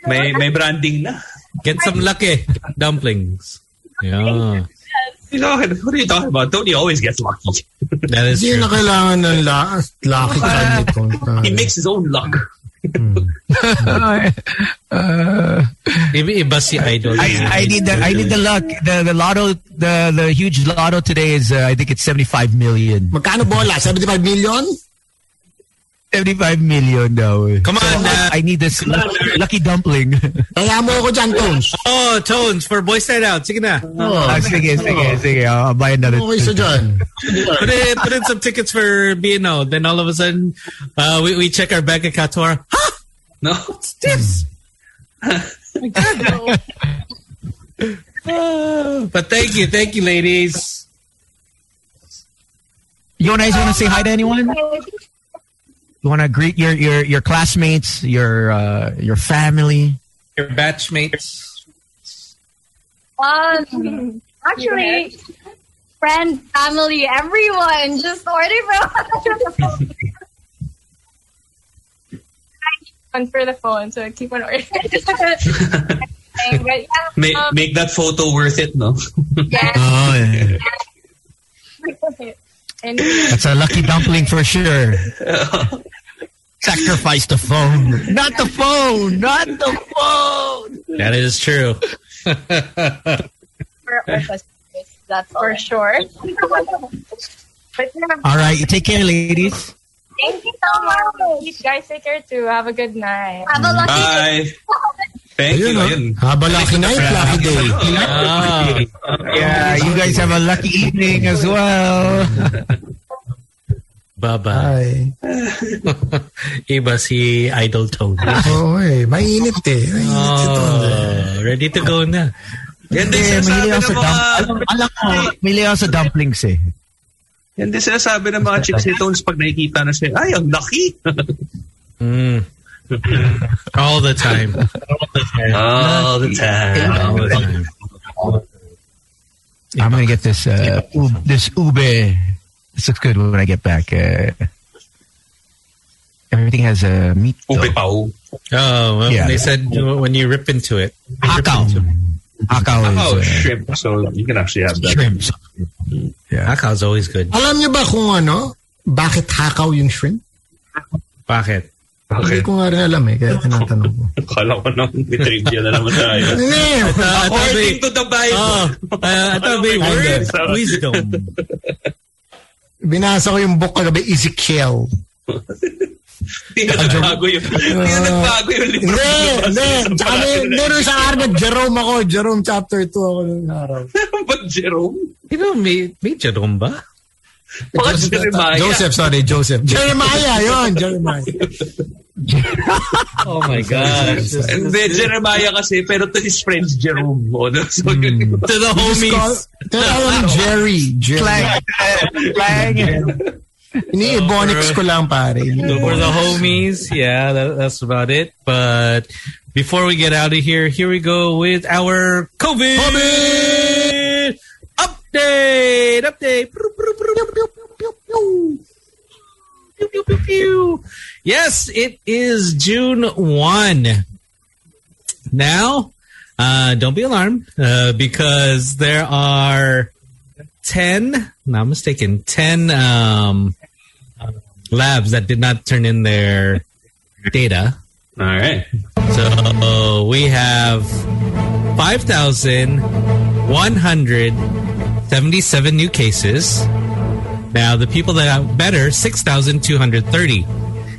Speaker 4: May, may branding na.
Speaker 3: Get some lucky dumplings. Yeah.
Speaker 4: You know, what are you talking about? Tony always gets lucky.
Speaker 3: That is
Speaker 5: Hindi
Speaker 3: true.
Speaker 5: na kailangan ng la- lucky climate
Speaker 4: He makes his own luck.
Speaker 3: Iba, iba si Idol.
Speaker 2: I, I need the I need the luck. The the lotto the the huge lotto today is uh, I think it's 75 million.
Speaker 5: Magkano bola? 75 million?
Speaker 2: 75 million daw. eh.
Speaker 3: Come on,
Speaker 2: So,
Speaker 3: uh,
Speaker 2: I, I need this lucky, dumpling.
Speaker 5: Kaya mo ako dyan, Tones.
Speaker 3: Oh, Tones, for Boys Night Out. Sige na.
Speaker 5: Oh.
Speaker 2: Ah, sige, sige, sige. I'll I'll buy another.
Speaker 5: Okay sa dyan.
Speaker 3: Put in, put in some tickets for BNO. Then all of a sudden, uh, we, we check our bank account tomorrow.
Speaker 4: No?
Speaker 3: But thank you. Thank you, ladies.
Speaker 2: You guys want to say hi to anyone? You want to greet your your your classmates, your uh, your family.
Speaker 3: Your batchmates.
Speaker 11: Um, actually, friend, family, everyone, just order from
Speaker 10: One for the phone, so keep on ordering. but yeah,
Speaker 4: Make,
Speaker 10: um,
Speaker 4: make that photo worth it, no?
Speaker 10: yeah.
Speaker 2: Oh, yeah.
Speaker 10: and
Speaker 2: that's a lucky dumpling for sure. Sacrifice the phone. Not the phone. Not the phone.
Speaker 3: That is true.
Speaker 11: for our customers. That's all.
Speaker 10: for sure. but yeah,
Speaker 2: All right, you take care, ladies.
Speaker 10: thank you so much. You guys take care too. Have a good night.
Speaker 11: Have a lucky day.
Speaker 4: Bye. Thank
Speaker 5: Ayun,
Speaker 4: you.
Speaker 5: oh.
Speaker 4: Ayun.
Speaker 5: Haba lucky night, lucky day.
Speaker 3: Ah,
Speaker 2: Yeah, Uh, you guys have a lucky evening as well.
Speaker 5: Ay.
Speaker 3: bye-bye. Iba si Idol Tones.
Speaker 2: Ah.
Speaker 5: Oo eh, mainit eh. Mainit si Tones. eh.
Speaker 3: Oh, ready to go na.
Speaker 4: Yan din
Speaker 2: Eh,
Speaker 4: sinasabi
Speaker 2: mahilig ako
Speaker 4: ng
Speaker 2: sa
Speaker 4: mga...
Speaker 2: dumplings. Alam ko, mahilig ako sa dumplings eh.
Speaker 4: Yan din sinasabi ng mga chicks ni Tones pag nakikita na siya. Ay, ang laki!
Speaker 3: Mm. All the time. All the time.
Speaker 4: All the
Speaker 3: All
Speaker 4: time.
Speaker 3: the time.
Speaker 2: I'm gonna get this uh, ub- this ube. This looks good when I get back. Uh, everything has a uh, meat. though.
Speaker 4: Ube pao.
Speaker 3: Oh, well,
Speaker 2: Yeah.
Speaker 3: they said when you rip into it. Rip
Speaker 2: Hakao.
Speaker 3: into it.
Speaker 4: Oh,
Speaker 2: Hakao is
Speaker 4: shrimp. So you can actually have
Speaker 2: uh,
Speaker 4: that.
Speaker 2: shrimp. Yeah.
Speaker 3: Hakao's always good.
Speaker 5: Alam niyo ba kung ano, bakit hakaw yung shrimp?
Speaker 3: Bakit?
Speaker 5: Hindi
Speaker 4: Okay.
Speaker 5: ko nga rin alam eh, kaya tinatanong ko.
Speaker 4: Kala ko na may trivia na naman tayo.
Speaker 5: Hindi!
Speaker 3: Uh,
Speaker 4: According to the Bible.
Speaker 3: Oh, uh, I thought we were
Speaker 4: Sorry.
Speaker 3: wisdom.
Speaker 5: Binasa ko yung book kagabi, Ezekiel.
Speaker 4: Hindi na nagbago yung, hindi na nagbago yung libro.
Speaker 5: Hindi! Hindi! Tsaka may- meron sa araw, Jerome ako. Jerome chapter 2 ako nung araw.
Speaker 4: Ba't Jerome?
Speaker 3: You know, may, may Jerome ba?
Speaker 4: Baka Jeremiah.
Speaker 5: Joseph, sorry, Joseph. Jeremiah, yun, Jeremiah.
Speaker 3: Oh my gosh. to
Speaker 4: Hindi, Jeremiah kasi, pero to his friends, Jerome. O, no? So, yun.
Speaker 3: the homies.
Speaker 5: Kaya yung Jerry. Jerry.
Speaker 2: Flag. Flag.
Speaker 5: Ini-ebonics ko lang, pare.
Speaker 3: For the homies. Yeah, that, that's about it. But before we get out of here, here we go with our COVID, update. Update. Pew, pew, pew, pew, pew, pew. Pew, pew, pew, pew. Yes, it is June 1. Now, uh, don't be alarmed uh, because there are 10, not mistaken, 10 um, labs that did not turn in their data All right. So we have 5,177 new cases. Now, the people that are better, 6,230.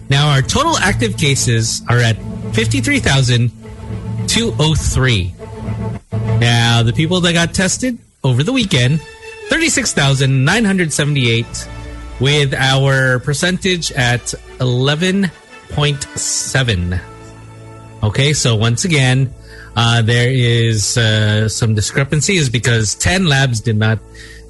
Speaker 3: Now, our total active cases are at 53,203. Now, the people that got tested over the weekend, 36,978, with our percentage at 11.7. Okay, so once again, uh, there is uh, some discrepancies because 10 labs did not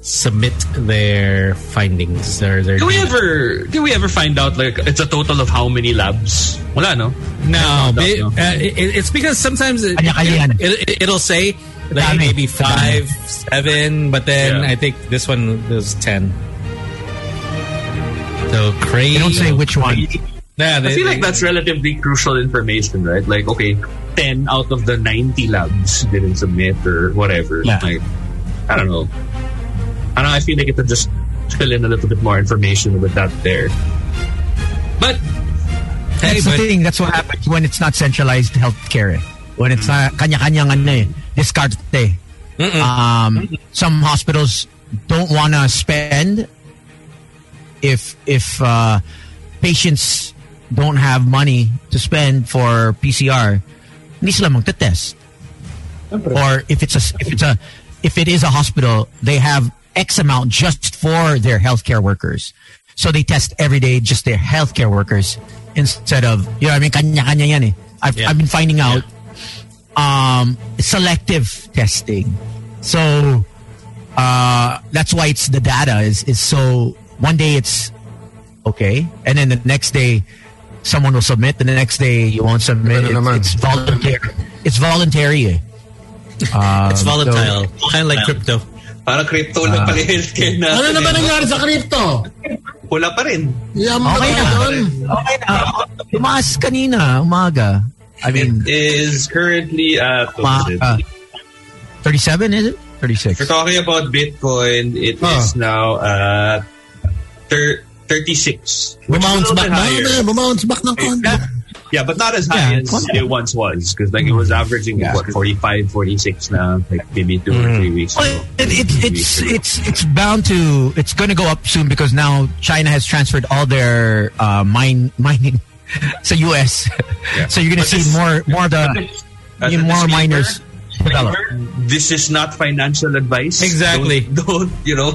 Speaker 3: submit their findings. Or their
Speaker 4: Do we ever do we ever find out like it's a total of how many labs? Wala no.
Speaker 3: No, it, uh, it, it's because sometimes it, it, it, will say like maybe five, seven, but then I think this one was ten. So crazy.
Speaker 2: They don't say which one.
Speaker 3: Yeah,
Speaker 4: I
Speaker 3: they-
Speaker 4: feel like that's relatively crucial information, right? Like, okay, 10 out of the 90 labs didn't submit or whatever.
Speaker 3: Yeah.
Speaker 4: Like, I don't know. I don't know. I feel like it would just fill in a little bit more information with that there. But
Speaker 2: That's the thing. That's what happens when it's not centralized healthcare. eh. When it's not kanya-kanyang ano eh, diskarte. Um, some hospitals don't want to spend if if uh, patients don't have money to spend for PCR. Hindi sila magte-test. Or if it's a if it's a if it is a hospital, they have X amount just for their healthcare workers. So they test every day just their healthcare workers instead of you know what I mean kanya-kanya yan eh. I've, I've been finding out um, selective testing. So uh, that's why it's the data is is so one day it's okay and then the next day someone will submit and the next day you won't submit. It's, it's voluntary. It's voluntary. eh. Um,
Speaker 3: it's
Speaker 2: so-
Speaker 3: volatile, kind of like crypto.
Speaker 4: Para crypto lang pala yung healthcare na.
Speaker 5: Ano na ba nangyari sa crypto?
Speaker 4: Wala pa rin.
Speaker 5: Yaman
Speaker 2: Okay
Speaker 5: ka
Speaker 2: na.
Speaker 5: doon.
Speaker 2: Tumaas kanina, umaga. I mean,
Speaker 4: Is currently at...
Speaker 2: umaga. 37, is it?
Speaker 4: If you're
Speaker 2: 36.
Speaker 4: talking about Bitcoin, it is now at thir- 36. which is a
Speaker 5: Bumounce
Speaker 4: little
Speaker 5: back
Speaker 4: bit
Speaker 5: na.
Speaker 4: higher.
Speaker 5: ano, Bumounce back ng konti.
Speaker 4: Yeah, but not as high as it once was because like it was averaging what 45, 46 now, like maybe two or three weeks ago.
Speaker 2: Well, it, it, it's it's it's bound to it's going to go up soon because now China has transferred all their uh, mine mining to U.S. So you're going to see more more of the
Speaker 4: As a
Speaker 2: more
Speaker 4: disclaimer,
Speaker 2: miners develop.
Speaker 4: This is not financial advice.
Speaker 3: Exactly.
Speaker 4: Don't, don't, you know?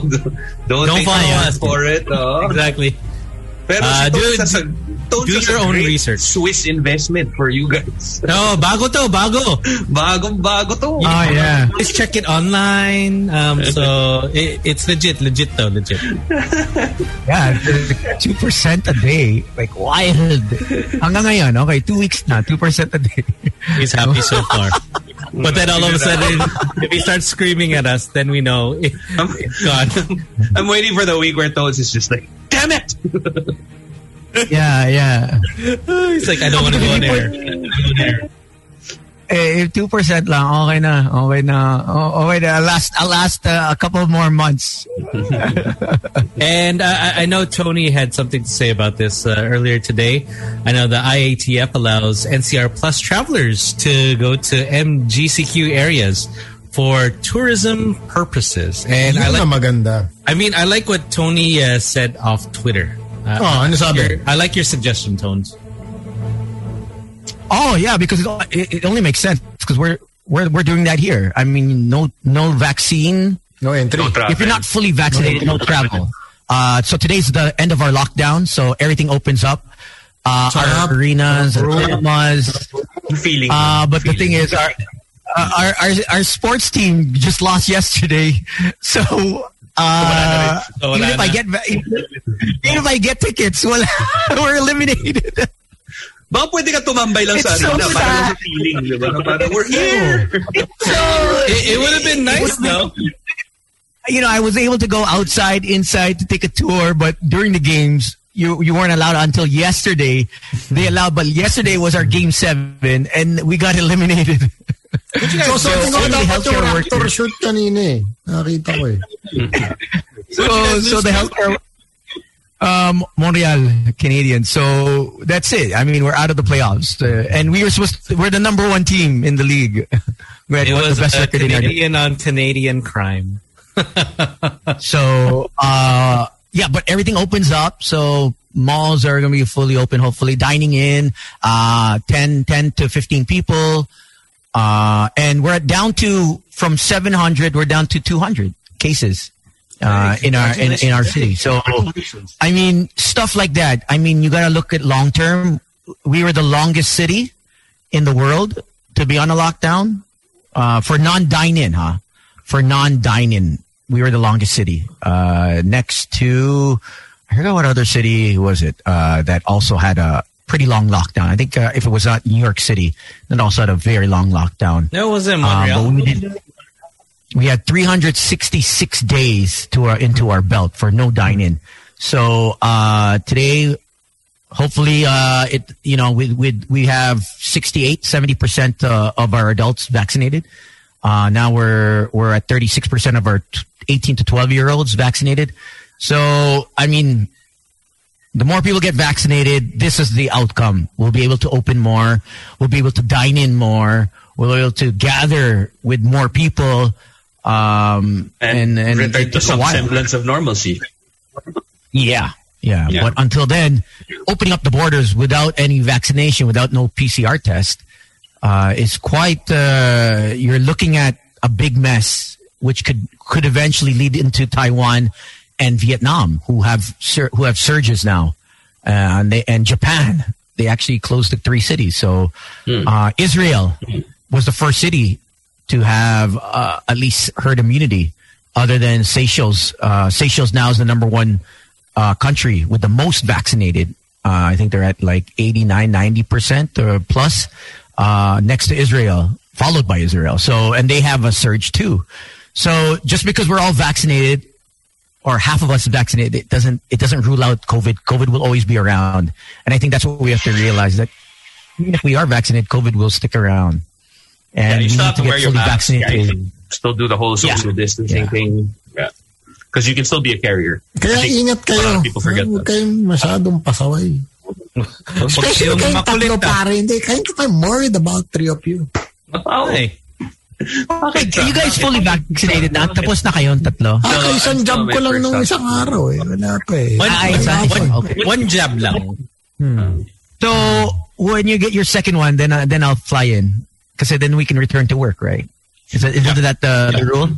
Speaker 3: Don't
Speaker 4: Don't, take
Speaker 3: follow
Speaker 4: my word
Speaker 3: us.
Speaker 4: for it.
Speaker 3: uh,
Speaker 4: oh.
Speaker 3: Exactly.
Speaker 4: Pero
Speaker 3: Uh,
Speaker 4: si Tones
Speaker 3: do-
Speaker 4: has a- Tones
Speaker 3: do
Speaker 4: has
Speaker 3: your
Speaker 4: a
Speaker 3: own
Speaker 4: great
Speaker 3: research.
Speaker 4: Swiss investment for you guys.
Speaker 3: No, bago to, bago.
Speaker 4: Bagong bago to.
Speaker 2: Oh yeah.
Speaker 3: Please check it online. Um, so it, it's legit, legit though, legit.
Speaker 2: Yeah, two percent a day, like wild. Hanggang ngayon, okay, two weeks na, two percent a day.
Speaker 3: He's happy so far. But then all of a sudden, if he starts screaming at us, then we know it, it's gone.
Speaker 4: I'm waiting for the week where Tones is just like, damn it!
Speaker 2: Yeah, yeah.
Speaker 3: He's like, I don't want to go on air.
Speaker 2: Eh, if two percent lang, okay na, okay na, oh, okay na. I'll last, I'll last uh, a couple more months.
Speaker 3: And uh, I, I know Tony had something to say about this uh, earlier today. I know the IATF allows NCR Plus travelers to go to MGCQ areas for tourism purposes. And I
Speaker 5: Yun na
Speaker 3: like,
Speaker 5: maganda.
Speaker 3: I mean, I like what Tony uh, said off Twitter. Uh,
Speaker 5: Oh, ano sabi?
Speaker 3: your- I like your suggestion, Tones.
Speaker 2: Oh yeah, because it, it, it only makes sense because we're we're we're doing that here. I mean, no no vaccine.
Speaker 5: No entry.
Speaker 4: No
Speaker 2: If you're not fully vaccinated, no travel. Uh, so today's the end of our lockdown, so everything opens up. Uh,
Speaker 5: Sarap.
Speaker 2: our arenas, our
Speaker 5: Sarap.
Speaker 2: cinemas.
Speaker 4: Feeling.
Speaker 2: Uh, but the thing is, our, uh, our our our sports team just lost yesterday, so. Uh,
Speaker 3: So wala
Speaker 2: even if
Speaker 3: na.
Speaker 2: I get va- even if I get tickets, well, we're eliminated.
Speaker 4: Baka pwede ka tumambay lang sa
Speaker 2: It's so
Speaker 4: ano, na parang
Speaker 2: sad.
Speaker 4: sa feeling, di ba? Na Parang, we're here!
Speaker 3: It, it would have been nice, though.
Speaker 2: you know, I was able to go outside, inside to take a tour, but during the games, you you weren't allowed until yesterday. They allowed, but yesterday was our game seven, and we got eliminated.
Speaker 5: So, so, so,
Speaker 2: So, so
Speaker 5: dapat
Speaker 2: many
Speaker 5: yung
Speaker 2: healthcare
Speaker 5: reactor
Speaker 2: workers.
Speaker 5: shoot kanina eh. Nakita ko eh.
Speaker 2: so so the healthcare Um, Montreal Canadiens. So that's it. I mean, we're out of the playoffs, uh, and we were supposed. To, we're the number one team in the league. we had
Speaker 3: It
Speaker 2: one of
Speaker 3: was
Speaker 2: the best
Speaker 3: a
Speaker 2: record in our
Speaker 3: Canadian on Canadian crime.
Speaker 2: so uh, yeah, but everything opens up. So malls are going to be fully open. Hopefully, dining in uh, 10, 10 to fifteen people, uh, and we're down to from seven hundred. We're down to two hundred cases uh, in our in, in our city. So I mean, stuff like that. I mean, you got to look at long term. We were the longest city in the world to be on a lockdown uh, for non dine in, huh? For non dine in, we were the longest city. Uh, next to, I forgot what other city was it uh, that also had a pretty long lockdown. I think uh, if it was not New York City, then also had a very long lockdown.
Speaker 3: No, it was in
Speaker 2: Uh,
Speaker 3: Montreal.
Speaker 2: but we did- we had 366 days to our into our belt for no dine in. So uh, today, hopefully, uh, it you know we we we have 68, 70 percent uh, of our adults vaccinated. Uh, now we're we're at 36 percent of our t- 18 to 12 year olds vaccinated. So I mean, the more people get vaccinated, this is the outcome. We'll be able to open more. We'll be able to dine in more. We'll be able to gather with more people. Um, and, and
Speaker 4: Return to
Speaker 2: it took a
Speaker 4: some
Speaker 2: while.
Speaker 4: semblance of normalcy.
Speaker 2: Yeah. Yeah. But until then, opening up the borders without any vaccination, without no PCR test, uh, is quite, uh, you're looking at a big mess, which could, could eventually lead into Taiwan and Vietnam, who have, sur- who have surges now, uh, and they, and Japan. They actually closed the three cities. So, uh, Israel was the first city to have uh, at least herd immunity other than Seychelles. Uh, Seychelles now is the number one uh, country with the most vaccinated. Uh, I think they're at like 89, 90% or plus uh, next to Israel, followed by Israel. So, and they have a surge too. So just because we're all vaccinated or half of us vaccinated, it doesn't, it doesn't rule out COVID. COVID will always be around. And I think that's what we have to realize that even if we are vaccinated, COVID will stick around. And
Speaker 4: you
Speaker 2: we
Speaker 4: still
Speaker 2: need
Speaker 4: have
Speaker 2: to
Speaker 4: to
Speaker 2: get
Speaker 4: wear your
Speaker 2: fully
Speaker 4: mask. Yeah,
Speaker 2: vaccinated.
Speaker 4: you can still do the whole social distancing thing. Yeah. Because you can still be a carrier. I
Speaker 5: Kaya
Speaker 4: think
Speaker 5: ingat
Speaker 4: A lot
Speaker 5: kayo.
Speaker 4: of people forget
Speaker 5: Huwag
Speaker 4: that.
Speaker 5: kayong masyadong pasaway. Especially kayong tatlo
Speaker 2: ah?
Speaker 5: pare. Hindi, kayong I'm worried about three of you.
Speaker 3: eh.
Speaker 2: Okay, so you guys fully vaccinated na? Tapos na kayong
Speaker 5: Ako
Speaker 2: tatlo?
Speaker 5: Ah, isang job ko lang nung isang araw eh. Wala pa eh.
Speaker 2: One,
Speaker 5: Wala
Speaker 2: isa,
Speaker 5: pa.
Speaker 2: one,
Speaker 3: one jab lang.
Speaker 2: So when you get your second one, then uh, then I'll fly in because then we can return to work, right? Is that, isn't that the, the rule?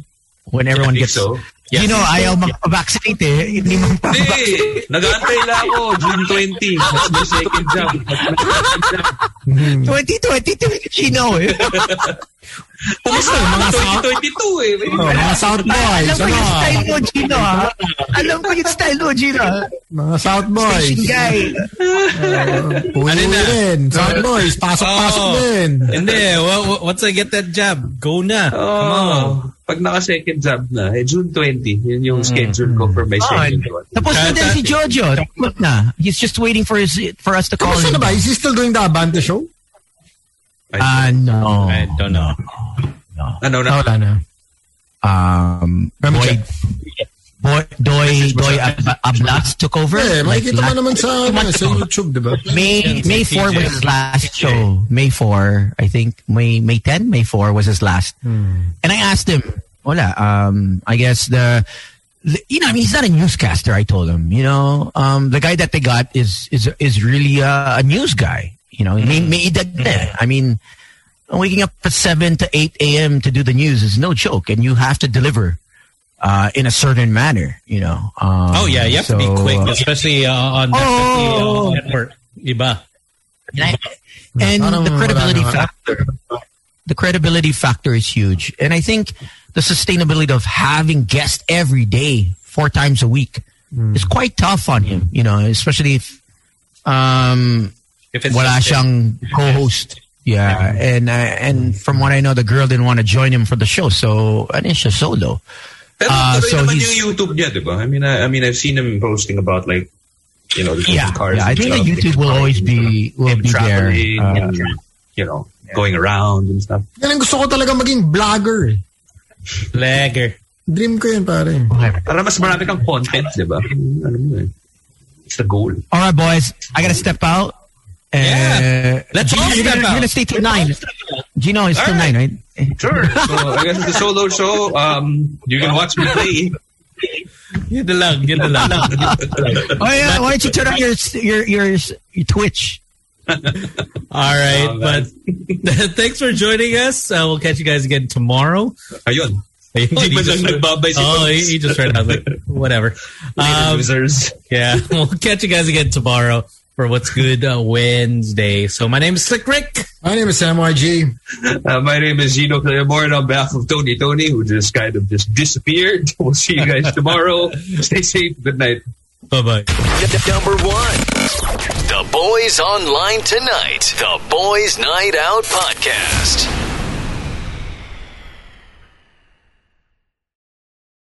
Speaker 2: When everyone gets,
Speaker 4: so.
Speaker 2: you
Speaker 4: Yes.
Speaker 2: know, ayaw magpa-vaccinate eh. Hindi magpa-vaccinate.
Speaker 4: Hindi! Nag-aantay lang ako, June 20. That's the second job.
Speaker 5: Hmm.
Speaker 2: 2022, Chino eh.
Speaker 4: Pumusta
Speaker 5: yung mga sa-
Speaker 4: 2022 eh.
Speaker 5: Oh, mga South Boys.
Speaker 2: Alam ko
Speaker 5: ano?
Speaker 2: yung style mo, Gino, ha? Alam ko yung style mo, Gino. ha?
Speaker 5: Mga South Boys.
Speaker 2: Station guy. Ano
Speaker 5: Uwi rin.
Speaker 2: Oh.
Speaker 5: South Boys. Pasok-pasok din.
Speaker 3: Hindi, wa- wa- once I get that job, go na. Come on.
Speaker 4: Oh, pag naka-second job na, eh, June 20. Yun yung schedule ko for my
Speaker 2: Oh,
Speaker 4: second one.
Speaker 2: Mm. Tapos na din si Jojo. Tapos na. He's just waiting for his for us to call
Speaker 5: Kamusta
Speaker 2: him.
Speaker 5: na ba? Is he still doing the Abante show?
Speaker 2: Ah, no.
Speaker 3: I don't know.
Speaker 4: Ano na?
Speaker 5: Wala na.
Speaker 2: um,
Speaker 5: Let me
Speaker 2: Boy,
Speaker 5: check.
Speaker 2: Boy, Doy, Doy Ab- Ablas took over.
Speaker 5: Eh, makikita mo
Speaker 2: last-
Speaker 5: naman sa, ano, sa YouTube, di ba?
Speaker 2: May May four was his last show. May four, I think. May May ten, May four was his last. And I asked him, "Hola, um, I guess the." You know, I mean, he's not a newscaster. I told him, you know, um, the guy that they got is is is really uh, a news guy. You know,
Speaker 3: Mm.
Speaker 2: may, may edad na eh. I mean, waking up at 7 to 8 a.m. to do the news is no joke, and you have to deliver uh, in a certain manner, you know. Um,
Speaker 3: Oh yeah, you have to be
Speaker 2: so,
Speaker 3: quick,
Speaker 2: uh,
Speaker 3: especially uh, on
Speaker 2: Oh!
Speaker 3: especially, uh, network. Iba.
Speaker 2: and I- and
Speaker 5: Parang
Speaker 2: the
Speaker 5: wala
Speaker 2: credibility
Speaker 5: na nga.
Speaker 2: factor, the credibility factor is huge, and I think the sustainability of having guests every day, four times a week,
Speaker 4: Hmm.
Speaker 2: is quite tough on him, you know, especially if um,
Speaker 4: If it's
Speaker 2: wala
Speaker 4: just-
Speaker 2: siyang co-host. Yeah, and uh, and from what I know, the girl didn't want to join him for the show, so and it's just solo.
Speaker 4: Pero
Speaker 2: Ah,
Speaker 4: tuloy
Speaker 2: so
Speaker 4: naman
Speaker 2: he's-
Speaker 4: yung YouTube niya, di ba? I mean, I, I mean, I've seen him posting about like, you know, the
Speaker 2: Yeah,
Speaker 4: cars.
Speaker 2: yeah. I
Speaker 4: and
Speaker 2: think that
Speaker 4: stuff,
Speaker 2: YouTube will always be will
Speaker 4: him
Speaker 2: be there.
Speaker 4: traveling,
Speaker 2: Uh,
Speaker 4: and, you know, going around and stuff.
Speaker 5: Yan ang gusto ko talaga maging vlogger eh.
Speaker 3: Lagger.
Speaker 5: Dream ko yun, pare.
Speaker 4: Para mas marami kang content, di ba? Ano mo eh. That's the goal.
Speaker 2: All right, boys. I gotta step out.
Speaker 4: Yeah.
Speaker 2: Uh,
Speaker 4: Let's all
Speaker 2: Gino, you're
Speaker 4: step
Speaker 2: gonna,
Speaker 4: out.
Speaker 2: You're gonna stay till
Speaker 4: Let's all
Speaker 2: nine. Gino, it's
Speaker 4: All
Speaker 2: till
Speaker 4: right.
Speaker 2: nine, right?
Speaker 4: Sure. So I guess it's a solo show. Um, you can watch me play.
Speaker 3: Yun na lang, yun na lang.
Speaker 2: Oh yeah. Why don't you turn on your your your, your Twitch?
Speaker 3: All right, but thanks for joining us. Uh, we'll catch you guys again tomorrow.
Speaker 4: Ayun.
Speaker 2: Oh,
Speaker 4: Oh,
Speaker 3: he,
Speaker 4: Hindi ba
Speaker 3: just,
Speaker 4: lang nagbabay si
Speaker 3: oh,
Speaker 4: Pops?
Speaker 3: he, he just ran out like whatever. Um,
Speaker 4: Um, losers.
Speaker 3: Yeah, we'll catch you guys again tomorrow for what's good uh, Wednesday. So my name is Slick Rick.
Speaker 5: My name is Sam YG.
Speaker 4: Uh, my name is Gino Claymore, and on behalf of Tony Tony, who just kind of just disappeared. We'll see you guys tomorrow. Stay safe. Good night.
Speaker 3: Bye bye.
Speaker 1: Number one, the boys online tonight. The boys night out podcast.